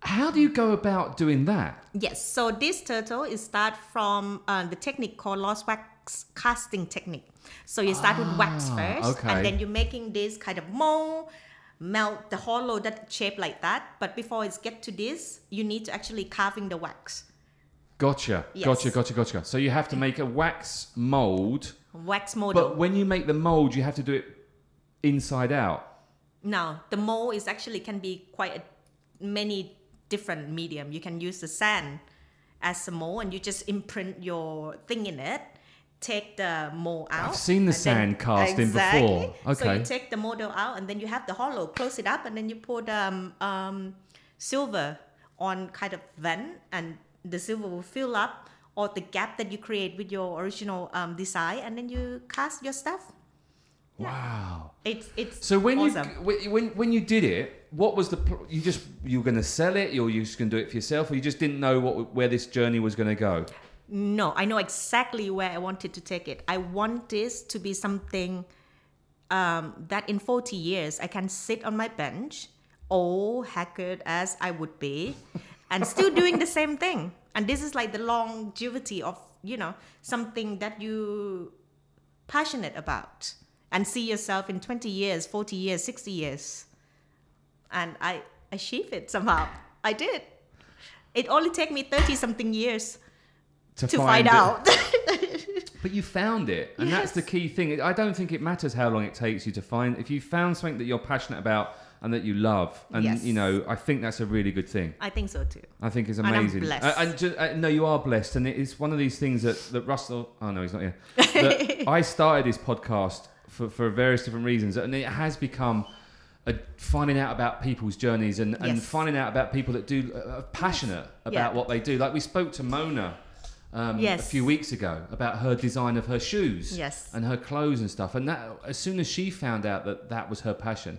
S1: How do you go about doing that?
S2: Yes, so this turtle is start from uh, the technique called lost wax casting technique. So you start with wax first,
S1: okay.
S2: and then you're making this kind of mold, melt the hollow that shape like that. But before it's get to this, you need to actually carving the wax,
S1: Gotcha,
S2: Yes.
S1: gotcha, gotcha, gotcha. So you have to make a wax mold,
S2: wax model.
S1: but when you make the mold, you have to do it inside out.
S2: No, the mold is actually can be quite a, many different medium. You can use the sand as a mold, and you just imprint your thing in it. Take the mold out.
S1: seen the
S2: and then-
S1: sand casting
S2: exactly.
S1: before.
S2: So
S1: Okay.
S2: you take the model out, and then you have the hollow. Close it up, and then you put um, um, silver on kind of vent, and the silver will fill up all the gap that you create with your original um, design, and then you cast your stuff.
S1: Wow.
S2: It's it's
S1: So when
S2: awesome.
S1: you when- when when you did it, what was the pl- you just you were going to sell it, or you were just going to do it for yourself, or you just didn't know what where this journey was going to go?
S2: No, I know exactly where I wanted to take it. I want this to be something um, that in 40 years I can sit on my bench, old, haggard as I would be, and still doing the same thing. And this is like the longevity of, you know, something that you passionate about and see yourself in 20 years, 40 years, 60 years. And I achieved it somehow. I did. It only took me 30 something years to find,
S1: it.
S2: out.
S1: But you found it, and that's the
S2: Yes.
S1: key thing. I don't think it matters how long it takes you to find. If you found something that you're passionate about and that you love, and
S2: Yes.
S1: you know, I think that's a really good thing.
S2: I think so too.
S1: I think it's
S2: I'm
S1: amazing.
S2: blessed.
S1: Uh, and ju- uh, no, you are blessed, and it's one of these things that that Russell. Oh no, he's not here. That I started this podcast for for various different reasons, and it has become. A, finding out about people's journeys and, and
S2: Yes.
S1: finding out about people that do uh, are passionate about
S2: Yeah.
S1: what they do. Like we spoke to Mona um, a
S2: Yes.
S1: few weeks ago about her design of her shoes
S2: Yes.
S1: and her clothes and stuff. And that as soon as she found out that that was her passion,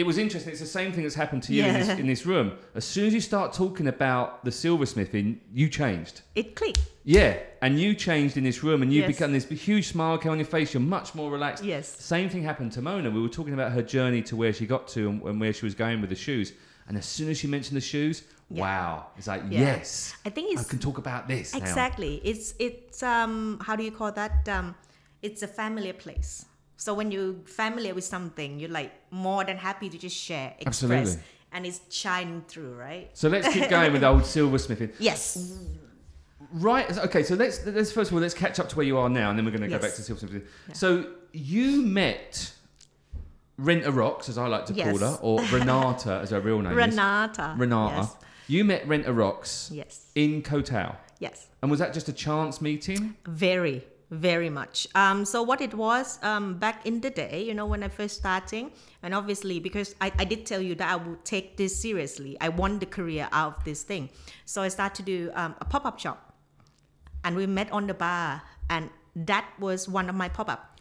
S1: it was interesting. It's the same thing that's happened to you in, this,
S2: Yeah.
S1: in this room. As soon as you start talking about the silversmithing, you changed.
S2: It clicked.
S1: Yeah, and you changed in this room, and you
S2: Yes.
S1: become this huge smile came on your face. You're much more relaxed.
S2: Yes.
S1: Same thing happened to Mona. We were talking about her journey to where she got to and, and where she was going with the shoes. And as soon as she mentioned the shoes, wow! It's like
S2: Yeah.
S1: yes,
S2: I think
S1: I
S2: it's
S1: can talk about this now.
S2: exactly. It's it's um how do you call that? Um, it's a familiar place. So when you're familiar with something, you're like more than happy to just share, express,
S1: Absolutely.
S2: and it's shining through, right?
S1: So let's keep going with old silversmithing.
S2: Yes.
S1: Right. Okay. So let's let's first of all let's catch up to where you are now, and then we're going to
S2: Yes.
S1: go back to Silversmith. So you met Renta Rocks, as I like to call
S2: Yes.
S1: her, or Renata, as her real name
S2: Renata.
S1: is. Renata.
S2: Yes.
S1: You met Renta Rocks
S2: Yes.
S1: in Kotao,
S2: Yes.
S1: and was that just a chance meeting?
S2: Very, very much. Um, so what it was um, back in the day, you know, when I first starting, and obviously because I, I did tell you that I would take this seriously. I want the career out of this thing. So I started to do um, a pop-up shop. And we met on the bar. And that was one of my pop-up.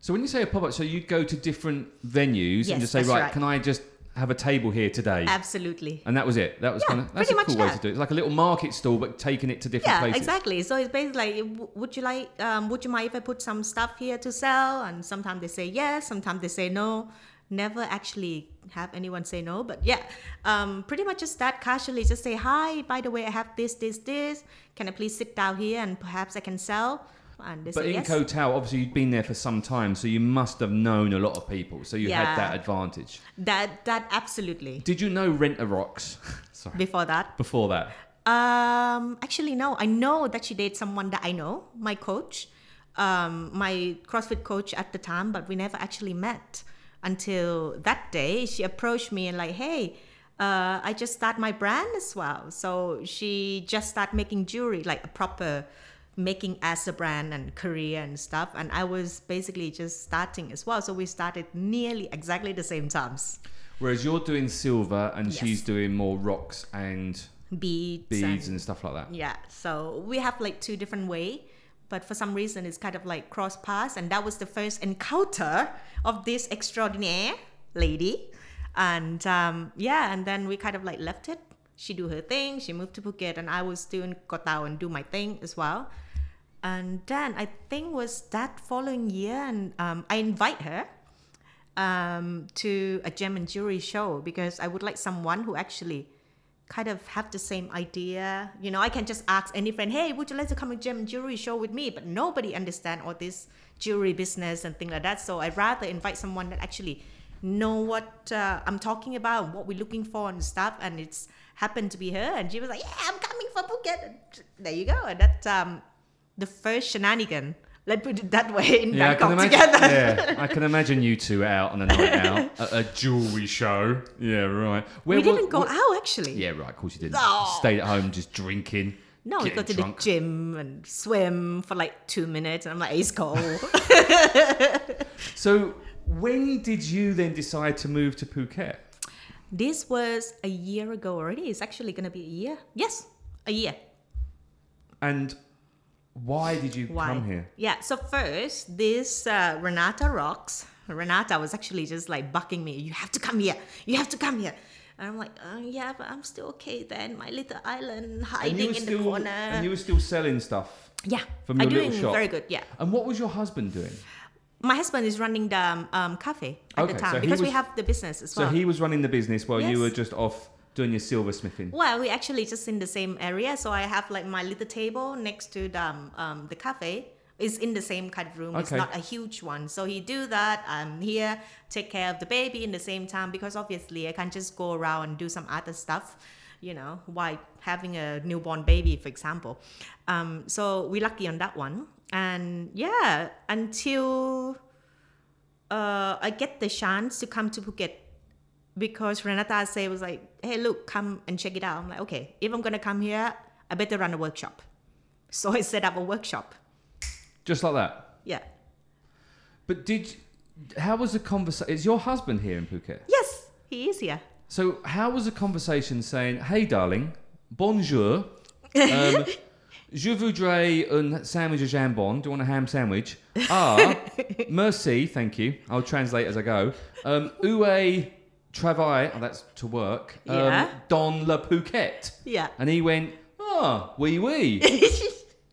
S1: So when you say a pop up, so you'd go to different venues and
S2: Yes,
S1: just say,
S2: that's
S1: right,
S2: right.
S1: can I just have a table here today?
S2: Absolutely.
S1: and that was it. That was
S2: Yeah,
S1: kind of that's
S2: pretty
S1: a
S2: much
S1: cool way
S2: that.
S1: to do it. It's like a little market stall, but taking it to different
S2: yeah,
S1: places.
S2: exactly. So it's basically like, w- would you like, um, would you mind if I put some stuff here to sell? And sometimes they say yes, sometimes they say no. Never actually have anyone say no, but yeah, um, pretty much just that casually. Just say hi. By the way, I have this, this, this. Can I please sit down here and perhaps I can sell? And they
S1: But
S2: say
S1: in
S2: yes.
S1: Kotao, obviously, you'd been there for some time, so you must have known a lot of people. So you had
S2: Yeah.
S1: that advantage.
S2: that that absolutely.
S1: Did you know Rent a Rocks? Sorry.
S2: Before that,
S1: Before that,
S2: um, actually no. I know that she dated someone that I know, my coach, um, my CrossFit coach at the time, but we never actually met until that day. She approached me and like, hey, uh, I just start my brand as well. So she just start making jewelry, like a proper making as a brand and career and stuff. And I was basically just starting as well. So we started nearly exactly the same times.
S1: whereas you're doing silver and
S2: Yes.
S1: she's doing more rocks and
S2: Beads,
S1: beads
S2: and
S1: and stuff like that.
S2: Yeah, so we have like two different way, but for some reason it's kind of like cross paths, and that was the first encounter of this extraordinaire lady, and um, yeah, and then we kind of like left it, she do her thing. She moved to Phuket, and I was still in Koh Tao and do my thing as well. And then I think was that following year, and um, I invite her um, to a gem and jewelry show because I would like someone who actually kind of have the same idea. You know, I can just ask any friend, "Hey, would you like to come to gem and jewelry show with me?" But nobody understand all this jewelry business and things like that. So I rather invite someone that actually know what uh, I'm talking about, what we're looking for and stuff. And it's happened to be her, and she was like, "Yeah, I'm coming for Phuket." And there you go. And that's um, the first shenanigan. Let's put it that way in
S1: Yeah, I can
S2: Bangkok
S1: imagine.
S2: together.
S1: yeah, I can imagine you two out on a night out at a jewelry show. Yeah, right. Where
S2: we
S1: wa-
S2: didn't go
S1: wa-
S2: out actually.
S1: Yeah, right. Of course you didn't.
S2: Oh.
S1: Stayed at home just drinking.
S2: No, we
S1: getting
S2: go to
S1: drunk.
S2: the gym and swim for like two minutes, and I'm like, it's cold.
S1: So when did you then decide to move to Phuket?
S2: this was a year ago already. It's actually gonna be a year. Yes, a year.
S1: And why did you
S2: Why?
S1: come here?
S2: Yeah. So first, this uh, Renata rocks. Renata was actually just like bucking me. You have to come here. You have to come here. And I'm like, uh, yeah, but I'm still okay then. My little island
S1: And you
S2: hiding
S1: were
S2: in
S1: still
S2: the corner.
S1: and you were still selling stuff.
S2: yeah,
S1: from
S2: I'm
S1: your little
S2: doing
S1: shop.
S2: very good. Yeah.
S1: And what was your husband doing?
S2: My husband is running the um, um, cafe at
S1: Okay,
S2: the
S1: so
S2: time
S1: he
S2: because we
S1: was-
S2: have the business as
S1: So
S2: well.
S1: he was running the business while you
S2: Yes.
S1: were just off doing your silversmithing.
S2: Well, we actually just in the same area, so I have like my little table next to the um, um, the cafe. It's in the same kind of room. It's
S1: Okay.
S2: not a huge one, so he do that. I'm here, take care of the baby in the same time because obviously I can't just go around and do some other stuff, you know, while having a newborn baby, for example. Um, so we lucky on that one, and yeah, until uh, I get the chance to come to Phuket because Renata say was like, "Hey, look, come and check it out." I'm like, "Okay, if I'm gonna come here, I better run a workshop." So I set up a workshop.
S1: Just like that.
S2: Yeah.
S1: But did how was the conversation? Is your husband here in Phuket?
S2: Yes, he is here.
S1: So how was the conversation saying, "Hey, darling, bonjour, um, je voudrais un sandwich au jambon. Do you want a ham sandwich? Ah, merci, thank you. I'll translate as I go. Um, Ue travail. Oh, that's to work. Um,
S2: Yeah.
S1: Dans la Phuket.
S2: Yeah.
S1: And he went, ah, oui, oui.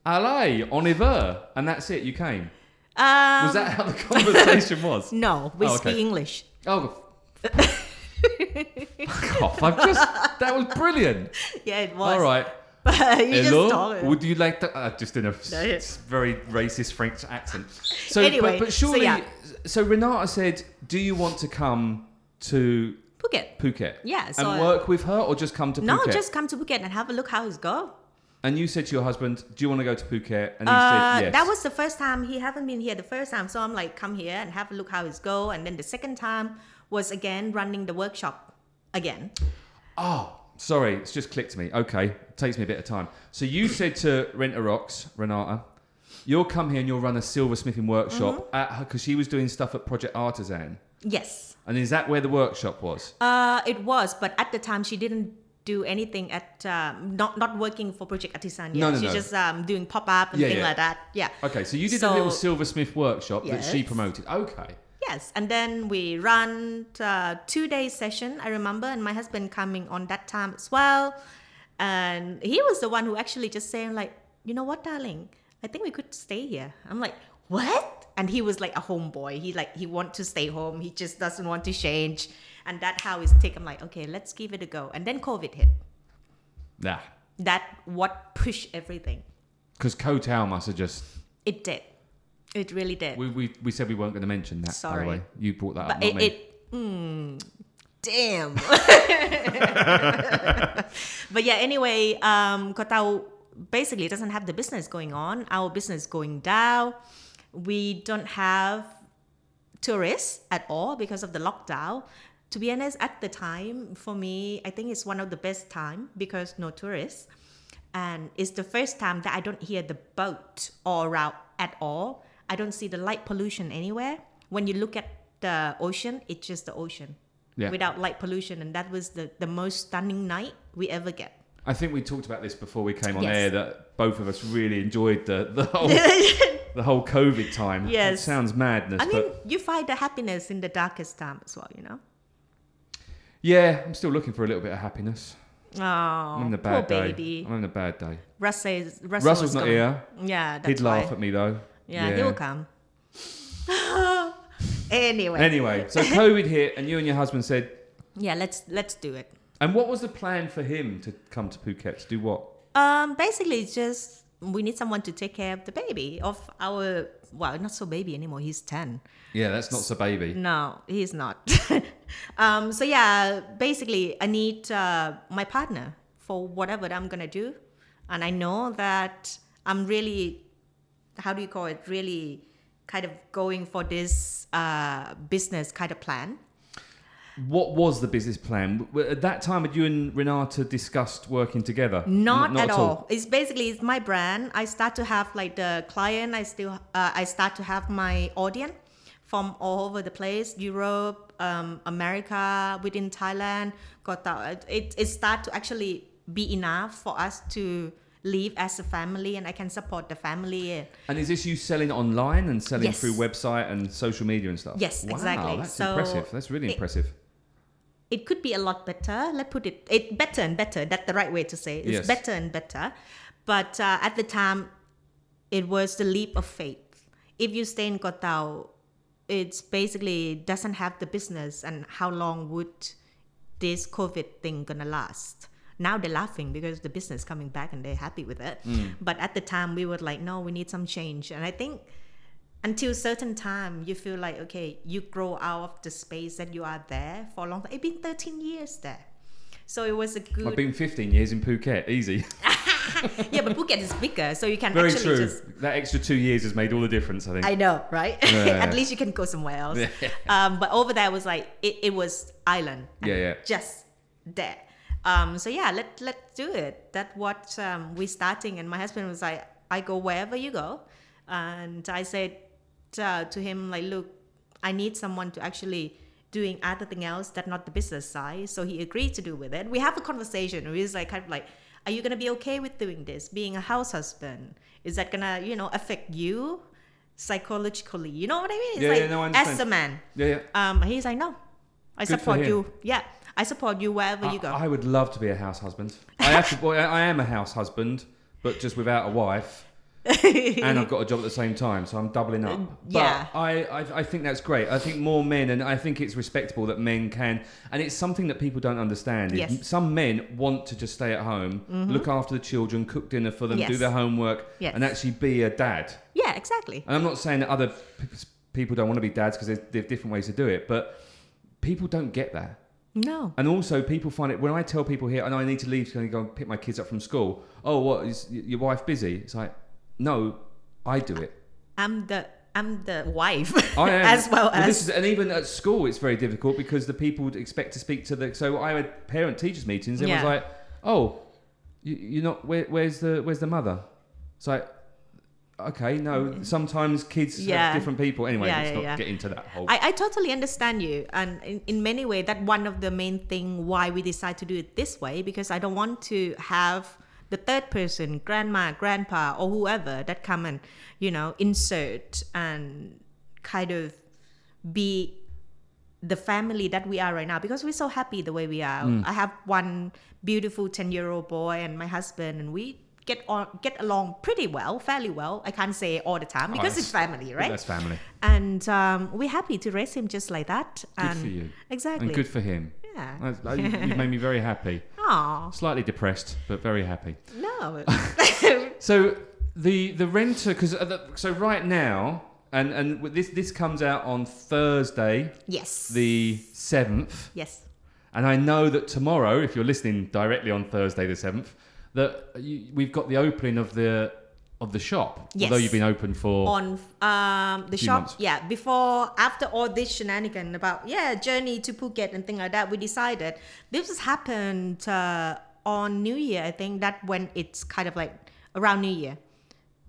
S1: Allez, on y va. And that's it. You came.
S2: Um,
S1: Was that how the conversation was?
S2: no, we
S1: Oh,
S2: speak
S1: okay.
S2: English.
S1: Oh. Fuck off. I've just. That was brilliant.
S2: Yeah, it was.
S1: All right.
S2: But you just
S1: Hello.
S2: talk.
S1: Would you like to. Uh, just in a s-
S2: No, yeah.
S1: s- very racist French accent. So,
S2: Anyway,
S1: but, but
S2: so
S1: surely. So,
S2: yeah.
S1: Renata said, Do you want to come to
S2: Phuket.
S1: Phuket?
S2: Yeah, so-
S1: and work with her or just come to
S2: No,
S1: Phuket?
S2: just come to Phuket and have a look how it's go.
S1: And you said to your husband, Do you want to go to Phuket? And he
S2: Uh,
S1: said, Yes.
S2: That was the first time he haven't been here the first time, so I'm like, come here and have a look how it's go. And then the second time was again running the workshop again.
S1: Oh, sorry, it's just clicked me. Okay, takes me a bit of time. So you said to Rent a Rocks, Renata, you'll come here and you'll run a silversmithing workshop
S2: Mm-hmm.
S1: at her because she was doing stuff at Project Artisan.
S2: Yes.
S1: And is that where the workshop was?
S2: Uh, it was, but at the time she didn't do anything at um, not not working for Project Artisan yet.
S1: No, no,
S2: She's
S1: no.
S2: just um, doing pop up and
S1: Yeah,
S2: things
S1: yeah.
S2: like that. Yeah.
S1: Okay, so you did a
S2: So-
S1: little silversmith workshop that she
S2: Yes.
S1: promoted. Okay.
S2: Yes, and then we run uh, two day session. I remember, and my husband coming on that time as well, and he was the one who actually just saying like, you know what, darling, I think we could stay here. I'm like, what? And he was like a homeboy. He like he want to stay home. He just doesn't want to change, and that how his take. I'm like, okay, let's give it a go. And then COVID hit.
S1: Nah,
S2: that what pushed everything.
S1: because Kotal must have just.
S2: It did. It really did.
S1: We, we, we said we weren't going to mention that.
S2: Sorry.
S1: By the way. You brought that up.
S2: but
S1: Not
S2: it,
S1: me.
S2: it mm, damn. but yeah, anyway, um, Kotao basically doesn't have the business going on. Our business going down. We don't have tourists at all because of the lockdown. To be honest, at the time, for me, I think it's one of the best time because no tourists. And it's the first time that I don't hear the boat all around at all. I don't see the light pollution anywhere. When you look at the ocean, it's just the ocean
S1: Yeah.
S2: without light pollution. And that was the, the most stunning night we ever get.
S1: I think we talked about this before we came on
S2: Yes.
S1: air that both of us really enjoyed the, the whole the whole COVID time.
S2: Yes.
S1: It sounds madness.
S2: I mean,
S1: but
S2: you find the happiness in the darkest time as well, you know?
S1: yeah, I'm still looking for a little bit of happiness.
S2: Oh,
S1: I'm having a
S2: poor
S1: bad day.
S2: baby.
S1: I'm having a bad day.
S2: Russell is, Russell
S1: Russell's
S2: is
S1: not
S2: coming.
S1: here.
S2: Yeah, that's
S1: He'd laugh
S2: why.
S1: at me though.
S2: Yeah, he will come. anyway,
S1: Anyway, so COVID hit, and you and your husband said,
S2: yeah, let's let's do it.
S1: and what was the plan for him to come to Phuket to do what?
S2: Um, basically, it's just we need someone to take care of the baby, of our well, not so baby anymore. He's ten.
S1: Yeah, that's not so baby.
S2: No, he's not. um, so yeah, basically, I need uh, my partner for whatever I'm gonna do, and I know that I'm really, how do you call it? Really, kind of going for this uh, business kind of plan.
S1: What was the business plan W- w- at that time? Had you and Renata discussed working together? N-
S2: Not, at, all. It's basically it's my brand. I start to have like the client. I still uh, I start to have my audience from all over the place, Europe, um, America, within Thailand. Got that- It it start to actually be enough for us to live as a family, and I can support the family.
S1: And is this you selling online and selling
S2: Yes.
S1: through website and social media and stuff?
S2: Yes,
S1: wow,
S2: exactly.
S1: That's
S2: So
S1: impressive. That's really
S2: it-
S1: impressive.
S2: it could be a lot better. Let's put it it better and better. That's the right way to say it. It's
S1: Yes.
S2: better and better. But uh, at the time, it was the leap of faith. If you stay in Kotao, it's basically doesn't have the business and how long would this COVID thing gonna last? Now they're laughing because the business coming back and they're happy with it.
S1: Mm.
S2: But at the time we were like, no, we need some change. And I think until certain time you feel like okay, you grow out of the space that you are there for a long time. It's been 13 years there. So it was a good
S1: I've been 15 years in Phuket. Easy.
S2: yeah, but Phuket is bigger, so you can
S1: Very
S2: actually
S1: true.
S2: just
S1: That extra two years has made all the difference. I think.
S2: I know, right?
S1: Yeah.
S2: At least you can go somewhere else. Um, but over there was like it, it was island. and
S1: Yeah, yeah.
S2: Just there. Um, so yeah, let let's do it. That what um, we starting, and my husband was like, I go wherever you go, and I said uh, to him like, look, I need someone to actually doing other thing else that not the business side. So he agreed to do with it. We have a conversation. We was like kind of like, are you gonna be okay with doing this? Being a house husband, is that gonna you know affect you psychologically? You know what I mean? It's
S1: Yeah,
S2: like
S1: yeah, no, I
S2: as
S1: understand.
S2: a man.
S1: Yeah, yeah.
S2: Um, he's like, no, I
S1: Good for
S2: support
S1: him.
S2: you. Yeah, I support you wherever you go.
S1: I, I would love to be a house husband. I actually, well, I I am a house husband, but just without a wife. and I've got a job at the same time, so I'm doubling up.
S2: Mm, yeah.
S1: But I, I, I think that's great. I think more men, and I think it's respectable that men can, and it's something that people don't understand. is
S2: Yes. Mm-hmm.
S1: Some men want to just stay at home, look after the children, cook dinner for them, do
S2: Yes.
S1: their homework,
S2: Yes.
S1: and actually be a dad.
S2: yeah, exactly.
S1: And I'm not saying that other p- people don't want to be dads because there's, there's different ways to do it, but people don't get that.
S2: No.
S1: And also, people find it when I tell people here, and I need to leave to go and pick my kids up from school. Oh, what is y- your wife busy? It's like, no, I do it.
S2: I'm the I'm the wife
S1: I am.
S2: as well as
S1: this is, and even at school, it's very difficult because the people would expect to speak to the. So I had parent teachers meetings. and It was
S2: Yeah.
S1: like, oh, you, you're not. Where, where's the Where's the mother? It's like, okay, no. Sometimes kids
S2: Mm. Yeah.
S1: have different people. Anyway,
S2: Yeah,
S1: let's
S2: yeah,
S1: not
S2: yeah.
S1: get into that whole.
S2: I, I totally understand you and in, in many way that one of the main thing why we decide to do it this way because i don't want to have the third person grandma grandpa or whoever that come and you know insert and kind of be the family that we are right now because we're so happy the way we are i have one beautiful 10 year old boy and my husband and we get on get along pretty well fairly well i can't say all the time because
S1: that's-
S2: it's family right
S1: That's family.
S2: and um, we're happy to raise him just like that.
S1: Good
S2: and
S1: for you.
S2: Exactly.
S1: And good for him.
S2: yeah.
S1: That's- that- you you made me very happy.
S2: Oh
S1: Slightly depressed, but very happy.
S2: no.
S1: So the the renter because so right now and and with this this comes out on Thursday
S2: yes.
S1: the seventh,
S2: yes.
S1: and I know that tomorrow, if you're listening directly on Thursday the seventh, that you, we've got the opening of the of the shop.
S2: Yes.
S1: Although you've been open for
S2: On um, the
S1: Few
S2: shop,
S1: months.
S2: yeah. Before, after all this shenanigan about yeah, journey to Phuket and thing like that, we decided this has happened uh, on New Year. I think that when it's kind of like around New Year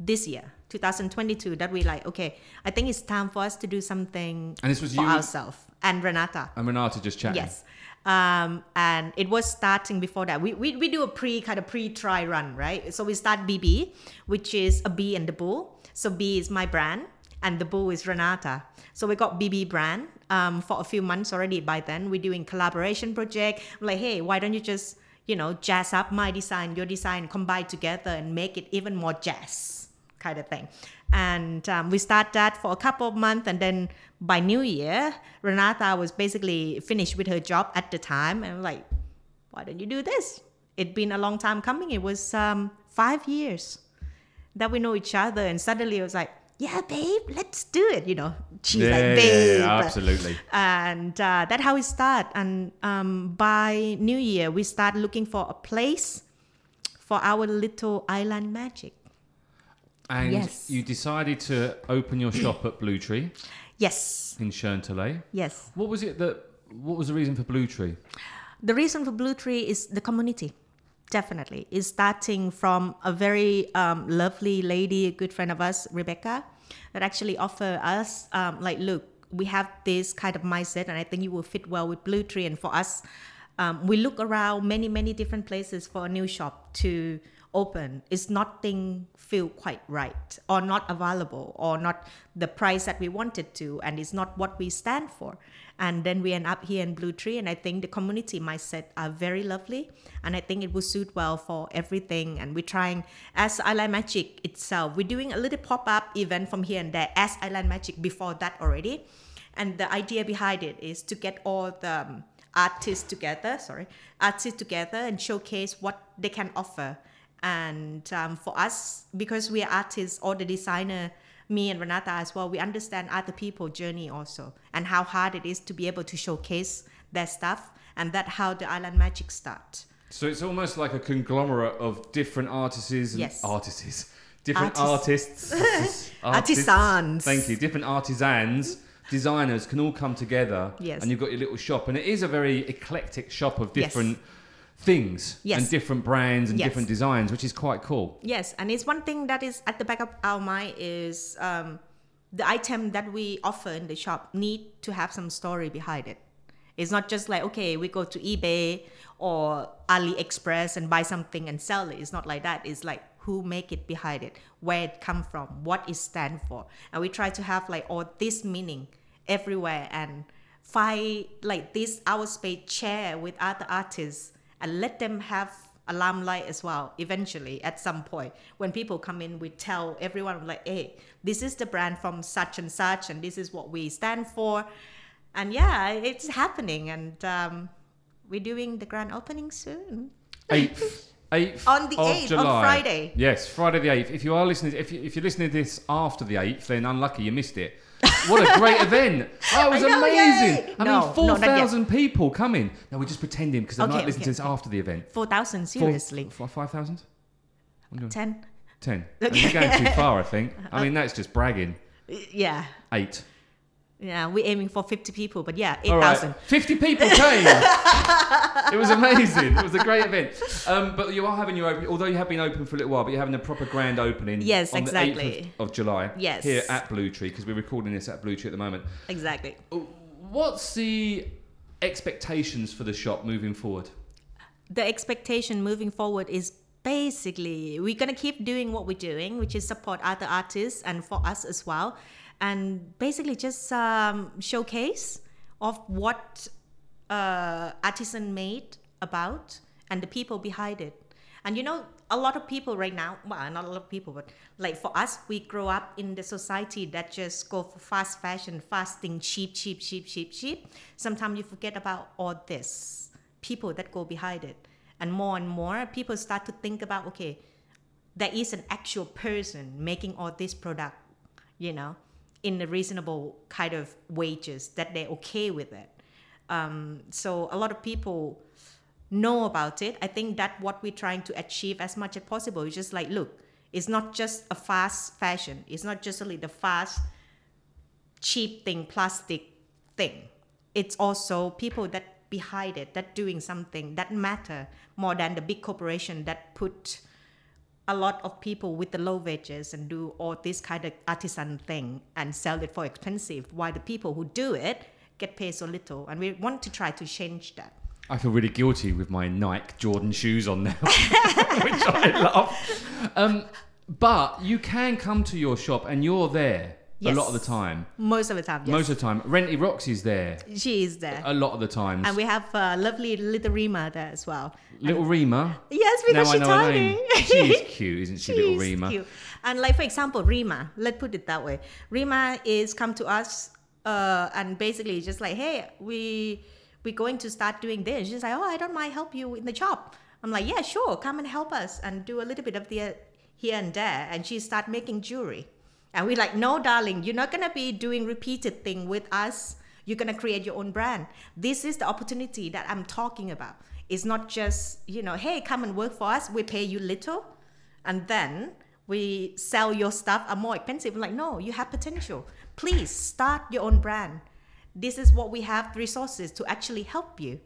S2: this year, 2022, that we like okay. I think it's time for us to do something
S1: and this was
S2: for
S1: you
S2: ourselves and Renata.
S1: and Renata just chatting.
S2: Yes. Um, and it was starting before that. We, we, we do a pre kind of pre try run, right? So we start BB, which is a bee and the bull. So B is my brand and the bull is Renata. So we got BB brand um, for a few months already. By then, we're doing collaboration project. I'm like, hey, why don't you just you know, jazz up my design, your design, combine together and make it even more jazz kind of thing. And um, we start that for a couple of months, and then by New Year, Renata was basically finished with her job at the time, and I'm like, why don't you do this? It'd been a long time coming. It was um, five years that we know each other, and suddenly it was like, yeah, babe, let's do it. You know, she's like, babe,
S1: absolutely.
S2: and uh, that's how we start. And um, by New Year, we start looking for a place for our little island magic.
S1: And
S2: Yes.
S1: you decided to open your shop at Blue Tree
S2: Yes,
S1: in Chantelet.
S2: yes.
S1: What was it that? What was the reason for Blue Tree?
S2: The reason for Blue Tree is the community. Definitely, is starting from a very um, lovely lady, a good friend of us, Rebecca, that actually offered us um, like, look, we have this kind of mindset, and I think you will fit well with Blue Tree. And for us, um, we look around many, many different places for a new shop to open. It's nothing feel quite right, or not available, or not the price that we wanted to, and it's not what we stand for. And then we end up here in Blue Tree, and I think the community mindset are very lovely, and I think it will suit well for everything. And we're trying as Island Magic itself. We're doing a little pop up event from here and there as Island Magic before that already, and the idea behind it is to get all the um, artists together sorry artists together and showcase what they can offer and um, for us because we are artists or the designer me and renata as well we understand other people's journey also and how hard it is to be able to showcase their stuff and that how the island magic start
S1: So it's almost like a conglomerate of different artists and
S2: Yes.
S1: artists, different
S2: Artis-
S1: artists, artists,
S2: Artisans.
S1: Thank you. Different artisans, designers can all come together.
S2: Yes.
S1: And you've got your little shop, and it is a very eclectic shop of different things
S2: Yes.
S1: and different brands and
S2: Yes.
S1: different designs, which is quite cool.
S2: Yes, and it's one thing that is at the back of our mind is um, the item that we offer in the shop need to have some story behind it. It's not just like okay, we go to eBay or AliExpress and buy something and sell it. It's not like that. It's like who make it behind it, where it come from, what it stand for, and we try to have like all this meaning everywhere and find like this our space share with other artists and let them have a limelight as well eventually at some point when people come in we tell everyone like hey this is the brand from such and such and this is what we stand for and yeah it's happening and um, we're doing the grand opening soon
S1: 8th, 8th
S2: On the
S1: of
S2: 8th, on
S1: July.
S2: Friday.
S1: Yes, Friday the 8th. If you are listening, if, you, if you're listening to this after the 8th, then unlucky you missed it. What a great event! That was
S2: I know,
S1: amazing.
S2: yay!
S1: I
S2: No,
S1: mean,
S2: no, not yet.
S1: 4,000 people coming. No, we're just pretending because they
S2: Okay,
S1: might listen
S2: okay,
S1: to this after the event.
S2: 4000
S1: Four-
S2: seriously
S1: f- 5,000?
S2: 10
S1: 10. I mean, You're going too far, I think. I mean, that's just bragging.
S2: yeah
S1: 8.
S2: yeah we're aiming for 50 people but yeah
S1: All right,
S2: 8000
S1: 50 people came. it was amazing. It was a great event. Um, but you are having your open, although you have been open for a little while, but you're having a proper grand opening.
S2: Yes,
S1: on The 8th
S2: exactly.
S1: of, of July.
S2: Yes.
S1: Here at Blue Tree, because we're recording this at Blue Tree at the moment.
S2: exactly
S1: What's the expectations for the shop moving forward?
S2: the expectation moving forward is basically we're going to keep doing what we're doing which is support other artists and for us as well and basically just um, showcase of what uh, artisan made about and the people behind it and you know a lot of people right now well not a lot of people but like for us we grow up in the society that just go for fast fashion fasting cheap cheap cheap cheap cheap sometimes you forget about all this people that go behind it and more and more people start to think about okay there is an actual person making all this product you know in a reasonable kind of wages that they're okay with it um, so a lot of people know about it i think that what we're trying to achieve as much as possible is just like look it's not just a fast fashion it's not just only the fast cheap thing, plastic thing. It's also people that behind it, that doing something that matter more than the big corporation that put a lot of people with the low wages and do all this kind of artisan thing and sell it for expensive, while the people who do it get paid so little. And we want to try to change that.
S1: I feel really guilty with my Nike Jordan shoes on now, which I love. Um, but you can come to your shop and you're there. a
S2: Yes.
S1: lot of the time.
S2: Most of the time, yes.
S1: Most Uh, of the time, Renty Roxy's there
S2: she is there.
S1: a lot of the times.
S2: and we have uh, lovely little Rima there as well.
S1: Little Rima.
S2: Yes,
S1: Now
S2: because
S1: I
S2: she's
S1: know her name.
S2: tiny.
S1: She is cute, isn't she, little
S2: She's
S1: Rima?
S2: cute. And like for example, Rima. Let's put it that way. Rima is come to us uh, and basically just like, hey, we we're going to start doing this. She's like, oh, I don't mind help you in the job. I'm like, yeah, sure, come and help us and do a little bit of the uh, here and there. And she start making jewelry. And we're like, no, darling, you're not gonna be doing repeated thing with us. You're gonna create your own brand. This is the opportunity that I'm talking about. It's not just, you know, hey, come and work for us. We pay you little, and then we sell your stuff are more expensive. Like, no, you have potential. Please start your own brand. This is what we have the resources to actually help you.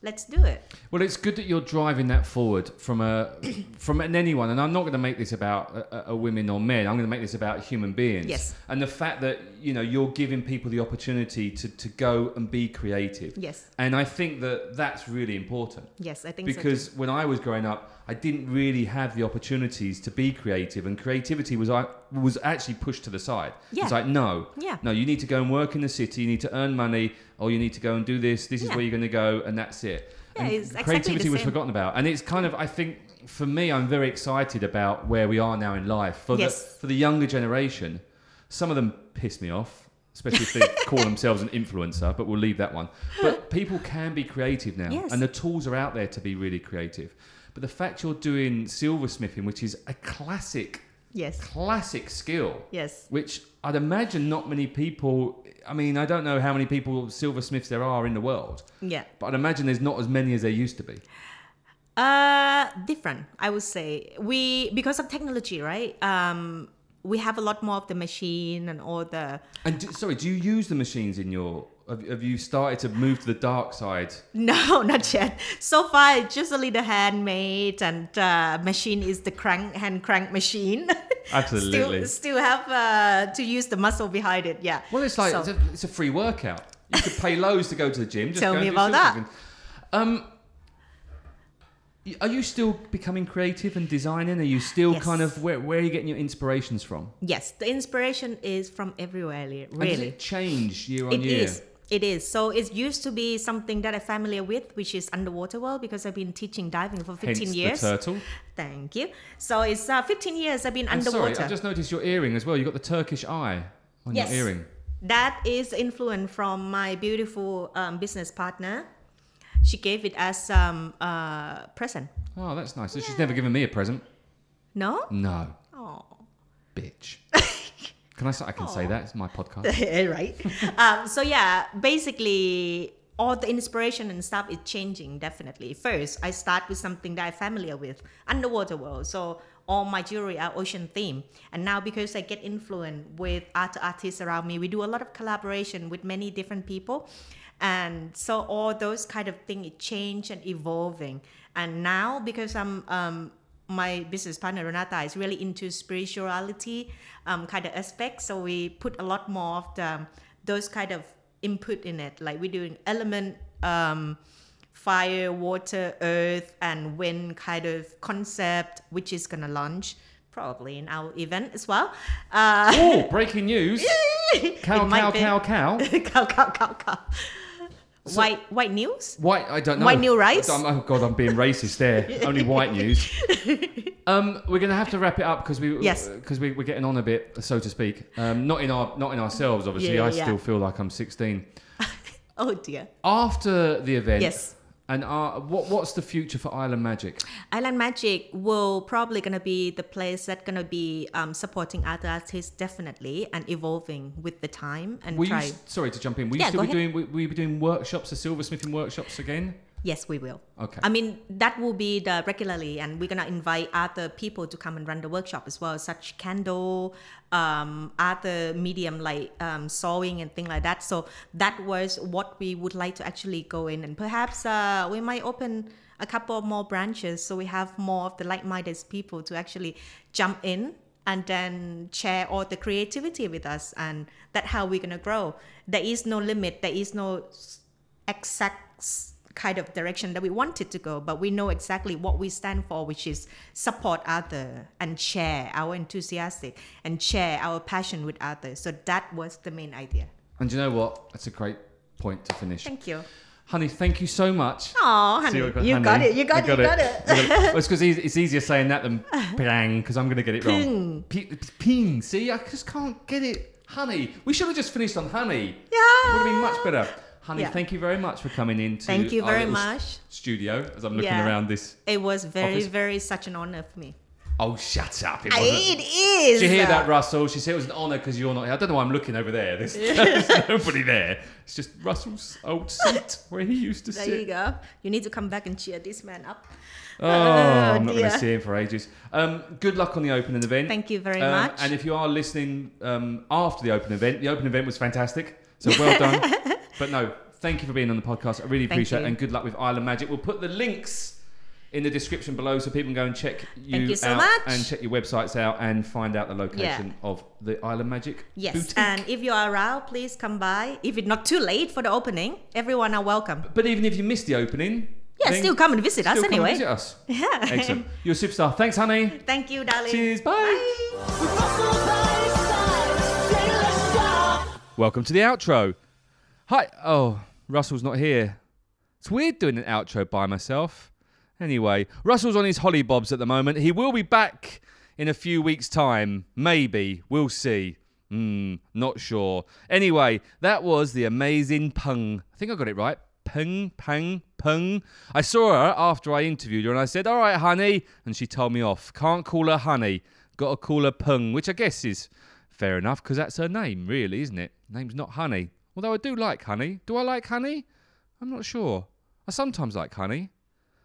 S2: Let's do it.
S1: Well, it's good that you're driving that forward from a from an anyone, and I'm not going to make this about a, a women or men. I'm going to make this about human beings.
S2: Yes.
S1: And the fact that you know you're giving people the opportunity to to go and be creative.
S2: Yes.
S1: And I think that that's really important
S2: Yes, I think so.
S1: because when I was growing up, I didn't really have the opportunities to be creative, and creativity was I was actually pushed to the side. It's
S2: Yeah.
S1: like no,
S2: Yeah.
S1: no, you need to go and work in the city, you need to earn money, or you need to go and do this. This is
S2: Yeah.
S1: where you're going to go, and that's it.
S2: Yeah,
S1: and
S2: it's exactly the
S1: creativity was
S2: same.
S1: forgotten about, and it's kind of I think for me, I'm very excited about where we are now in life for
S2: Yes.
S1: the for the younger generation. Some of them piss me off. Especially if they call themselves an influencer, but we'll leave that one. But people can be creative now,
S2: Yes.
S1: and the tools are out there to be really creative. But the fact you're doing silversmithing, which is a classic,
S2: Yes.
S1: classic skill,
S2: Yes.
S1: which I'd imagine not many people. I mean, I don't know how many people silversmiths there are in the world,
S2: Yeah.
S1: but I'd imagine there's not as many as there used to be.
S2: Uh, different, I would say. We because of technology, right? Um, we have a lot more of the machine and all the.
S1: And do, sorry, do you use the machines in your? Have, have you started to move to the dark side?
S2: No, not yet. So far, it's just a little handmade and uh, machine is the crank hand crank machine.
S1: Absolutely.
S2: still, still have uh, to use the muscle behind it. Yeah.
S1: Well, it's like
S2: So-
S1: it's, a, it's a free workout. You could pay loads to go to the gym. Just
S2: Tell
S1: go and
S2: me
S1: do
S2: about that.
S1: something. Um, y- are you still becoming creative and designing? Are you still
S2: Yes.
S1: kind of where, where are you getting your inspirations from?
S2: yes, the inspiration is from everywhere, really.
S1: And does it change year on
S2: It is.
S1: year?
S2: It is. So it used to be something that I'm familiar with, which is underwater world, because I've been teaching diving for 15
S1: Hence
S2: years.
S1: the turtle.
S2: Thank you. So it's uh, 15 years I've been
S1: And
S2: underwater.
S1: sorry, I just noticed your earring as well. You got the Turkish eye on
S2: Yes.
S1: your earring.
S2: That is influence from my beautiful um, business partner. She gave it as um, uh, present.
S1: Oh, that's nice. So She's never given me a present.
S2: No?
S1: No,
S2: Oh.
S1: bitch. can I? Say, I can say that. It's my podcast.
S2: right. um, so yeah, basically all the inspiration and stuff is changing definitely. First, I start with something that I'm familiar with, underwater world. So all my jewelry are ocean theme. And now because I get influenced with other artists around me, we do a lot of collaboration with many different people. And so all those kind of things it change and evolving. And now because I'm um, my business partner Renata is really into spirituality um, kind of aspect. So we put a lot more of the, um, those kind of input in it. Like we're doing element, um, fire, water, earth, and wind kind of concept, which is gonna launch probably in our event as well. Uh,
S1: oh, breaking news! Cow,
S2: it might
S1: cow,
S2: be-
S1: cow, cow.
S2: cow, cow, cow, cow. white, white news.
S1: White, I don't know.
S2: White new rice?
S1: I'm- oh god, I'm being racist there. Only white news. Um, we're gonna have to wrap it up because we
S2: Yes.
S1: because we, we're getting on a bit, so to speak. Um, not in our not in ourselves, obviously.
S2: Yeah,
S1: I
S2: yeah.
S1: still feel like I'm 16.
S2: Oh dear.
S1: After the event,
S2: Yes.
S1: And uh, what what's the future for Island Magic?
S2: Island Magic will probably gonna be the place that gonna be um, supporting other artists definitely and evolving with the time and
S1: Will you,
S2: try.
S1: s- sorry to jump in. Will you
S2: Yeah,
S1: still
S2: go
S1: be doing? Will, will you be doing workshops, the silversmithing workshops again?
S2: yes, we will.
S1: Okay.
S2: I mean that will be the regularly, and we're gonna invite other people to come and run the workshop as well, such candle, um, other medium like um, sewing and things like that. So that was what we would like to actually go in, and perhaps uh, we might open a couple more branches so we have more of the like-minded people to actually jump in and then share all the creativity with us and that how we're going to grow there is no limit there is no s- exact s- kind of direction that we wanted to go, but we know exactly what we stand for, which is support other and share our enthusiastic and share our passion with others. So that was the main idea.
S1: And you know what? That's a great point to finish.
S2: Thank you.
S1: Honey, thank you so much.
S2: Oh, honey,
S1: See
S2: you
S1: what I
S2: got,
S1: honey.
S2: it. You got
S1: I
S2: it. You got
S1: I
S2: it.
S1: got it. Well, it's because it's easier saying that than ping, because I'm going to get it wrong. Ping. ping. See, I just can't get it. Honey. We should have just finished on honey. It would have been much better. Honey,
S2: Yeah.
S1: thank you very much for coming in to
S2: Thank you
S1: our
S2: very
S1: little s-
S2: much.
S1: studio as I'm looking
S2: Yeah.
S1: around this.
S2: It was very,
S1: Office.
S2: very such an honor for me.
S1: Oh, shut up. It
S2: I,
S1: wasn't.
S2: it is.
S1: Did you hear that, Russell? She said it was an honour because you're not here. I don't know why I'm looking over there. There's, there's nobody there. It's just Russell's old seat where he used to
S2: There
S1: sit.
S2: you go. You need to come back and cheer this man up.
S1: Oh, I'm not going
S2: dear.
S1: to see him for ages. Um, good luck on the open event.
S2: Thank you very
S1: Um,
S2: much.
S1: And if you are listening um, after the open event, the open event was fantastic. So well done. but no, thank you for being on the podcast. I really appreciate it.
S2: you.
S1: And good luck with Island Magic. We'll put the links in the description below so people can go and check you,
S2: you so
S1: out
S2: much.
S1: and check your websites out and find out the location of the Island Magic
S2: Yes, uh,
S1: boutique.
S2: and if you are around, please come by. If it's not too late for the opening, everyone are welcome.
S1: But even if you missed the opening,
S2: Yeah,
S1: then
S2: still come and visit us
S1: still come and
S2: anyway.
S1: visit us.
S2: Yeah.
S1: Excellent. You're a superstar. Thanks, honey.
S2: Thank you, darling.
S1: Cheers. Bye.
S4: With Russell by his side, say let's go.
S1: Welcome to the outro. Hi. Oh, Russell's not here. It's weird doing an outro by myself. Anyway, Russell's on his holly bobs at the moment. He will be back in a few weeks' time. Maybe. We'll see. Hmm, not sure. Anyway, that was the amazing Pung. I think I got it right. Pung, Pang, Pung. I saw her after I interviewed her and I said, All right, honey. And she told me off. Can't call her honey. Got to call her Pung, which I guess is fair enough because that's her name, really, isn't it? Name's not honey. Although I do like honey. Do I like honey? I'm not sure. I sometimes like honey.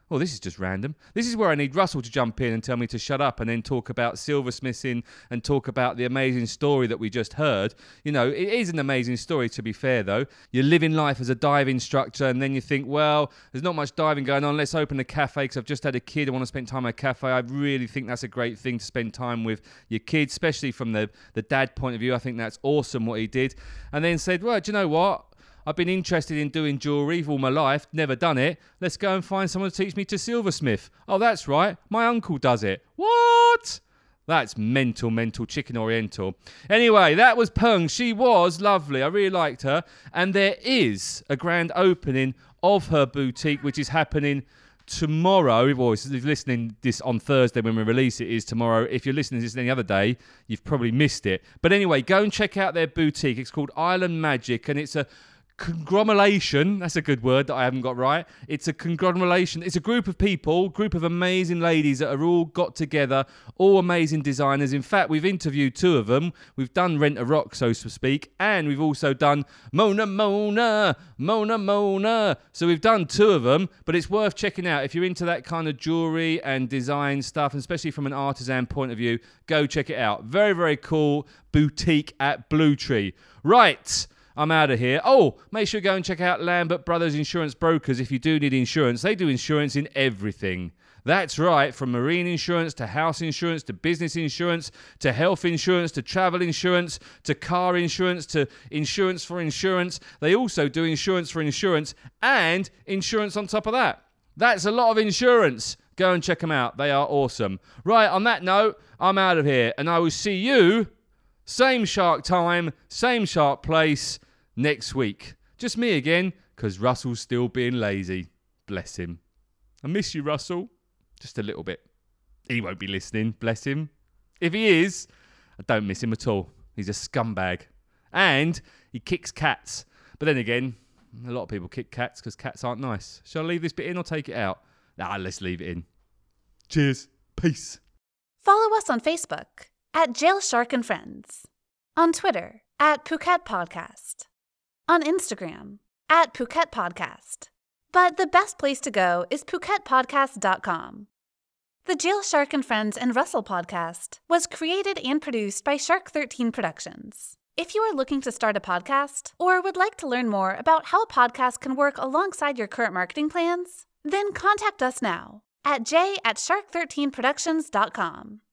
S1: Well, this is just random. This is where I need Russell to jump in and tell me to shut up and then talk about silversmithing and talk about the amazing story that we just heard. You know, it is an amazing story, to be fair, though. You're living life as a dive instructor and then you think, well, there's not much diving going on. Let's open a cafe because I've just had a kid. I want to spend time at a cafe. I really think that's a great thing to spend time with your kids, especially from the, the dad point of view. I think that's awesome what he did. And then said, well, do you know what? I've been interested in doing jewellery all my life, never done it. Let's go and find someone to teach me to silversmith. Oh, that's right, my uncle does it. What? That's mental, mental, chicken oriental. Anyway, that was Pung. She was lovely. I really liked her. And there is a grand opening of her boutique, which is happening tomorrow. Or if you're listening this on Thursday when we release it, is tomorrow. If you're listening to this any other day, you've probably missed it. But anyway, go and check out their boutique. It's called Island Magic, and it's a conglomeration that's a good word that i haven't got right it's a conglomeration it's a group of people group of amazing ladies that are all got together all amazing designers in fact we've interviewed two of them we've done rent a rock so to speak and we've also done mona mona mona mona so we've done two of them but it's worth checking out if you're into that kind of jewelry and design stuff and especially from an artisan point of view go check it out very very cool boutique at blue tree right I'm out of here. Oh, make sure you go and check out Lambert Brothers Insurance Brokers if you do need insurance. They do insurance in everything. That's right, from marine insurance to house insurance to business insurance to health insurance to travel insurance to car insurance to insurance for insurance. They also do insurance for insurance and insurance on top of that. That's a lot of insurance. Go and check them out. They are awesome. Right, on that note, I'm out of here and I will see you same shark time, same shark place next week. Just me again, because Russell's still being lazy. Bless him. I miss you, Russell. Just a little bit. He won't be listening, bless him. If he is, I don't miss him at all. He's a scumbag. And he kicks cats. But then again, a lot of people kick cats because cats aren't nice. Shall I leave this bit in or take it out? Nah, let's leave it in. Cheers. Peace.
S5: Follow us on Facebook at Jail Shark and Friends, on Twitter at Phuket Podcast, on Instagram at Phuket Podcast. But the best place to go is PhuketPodcast.com. The Jail Shark and Friends and Russell podcast was created and produced by Shark 13 Productions. If you are looking to start a podcast or would like to learn more about how a podcast can work alongside your current marketing plans, then contact us now at j at shark13productions.com.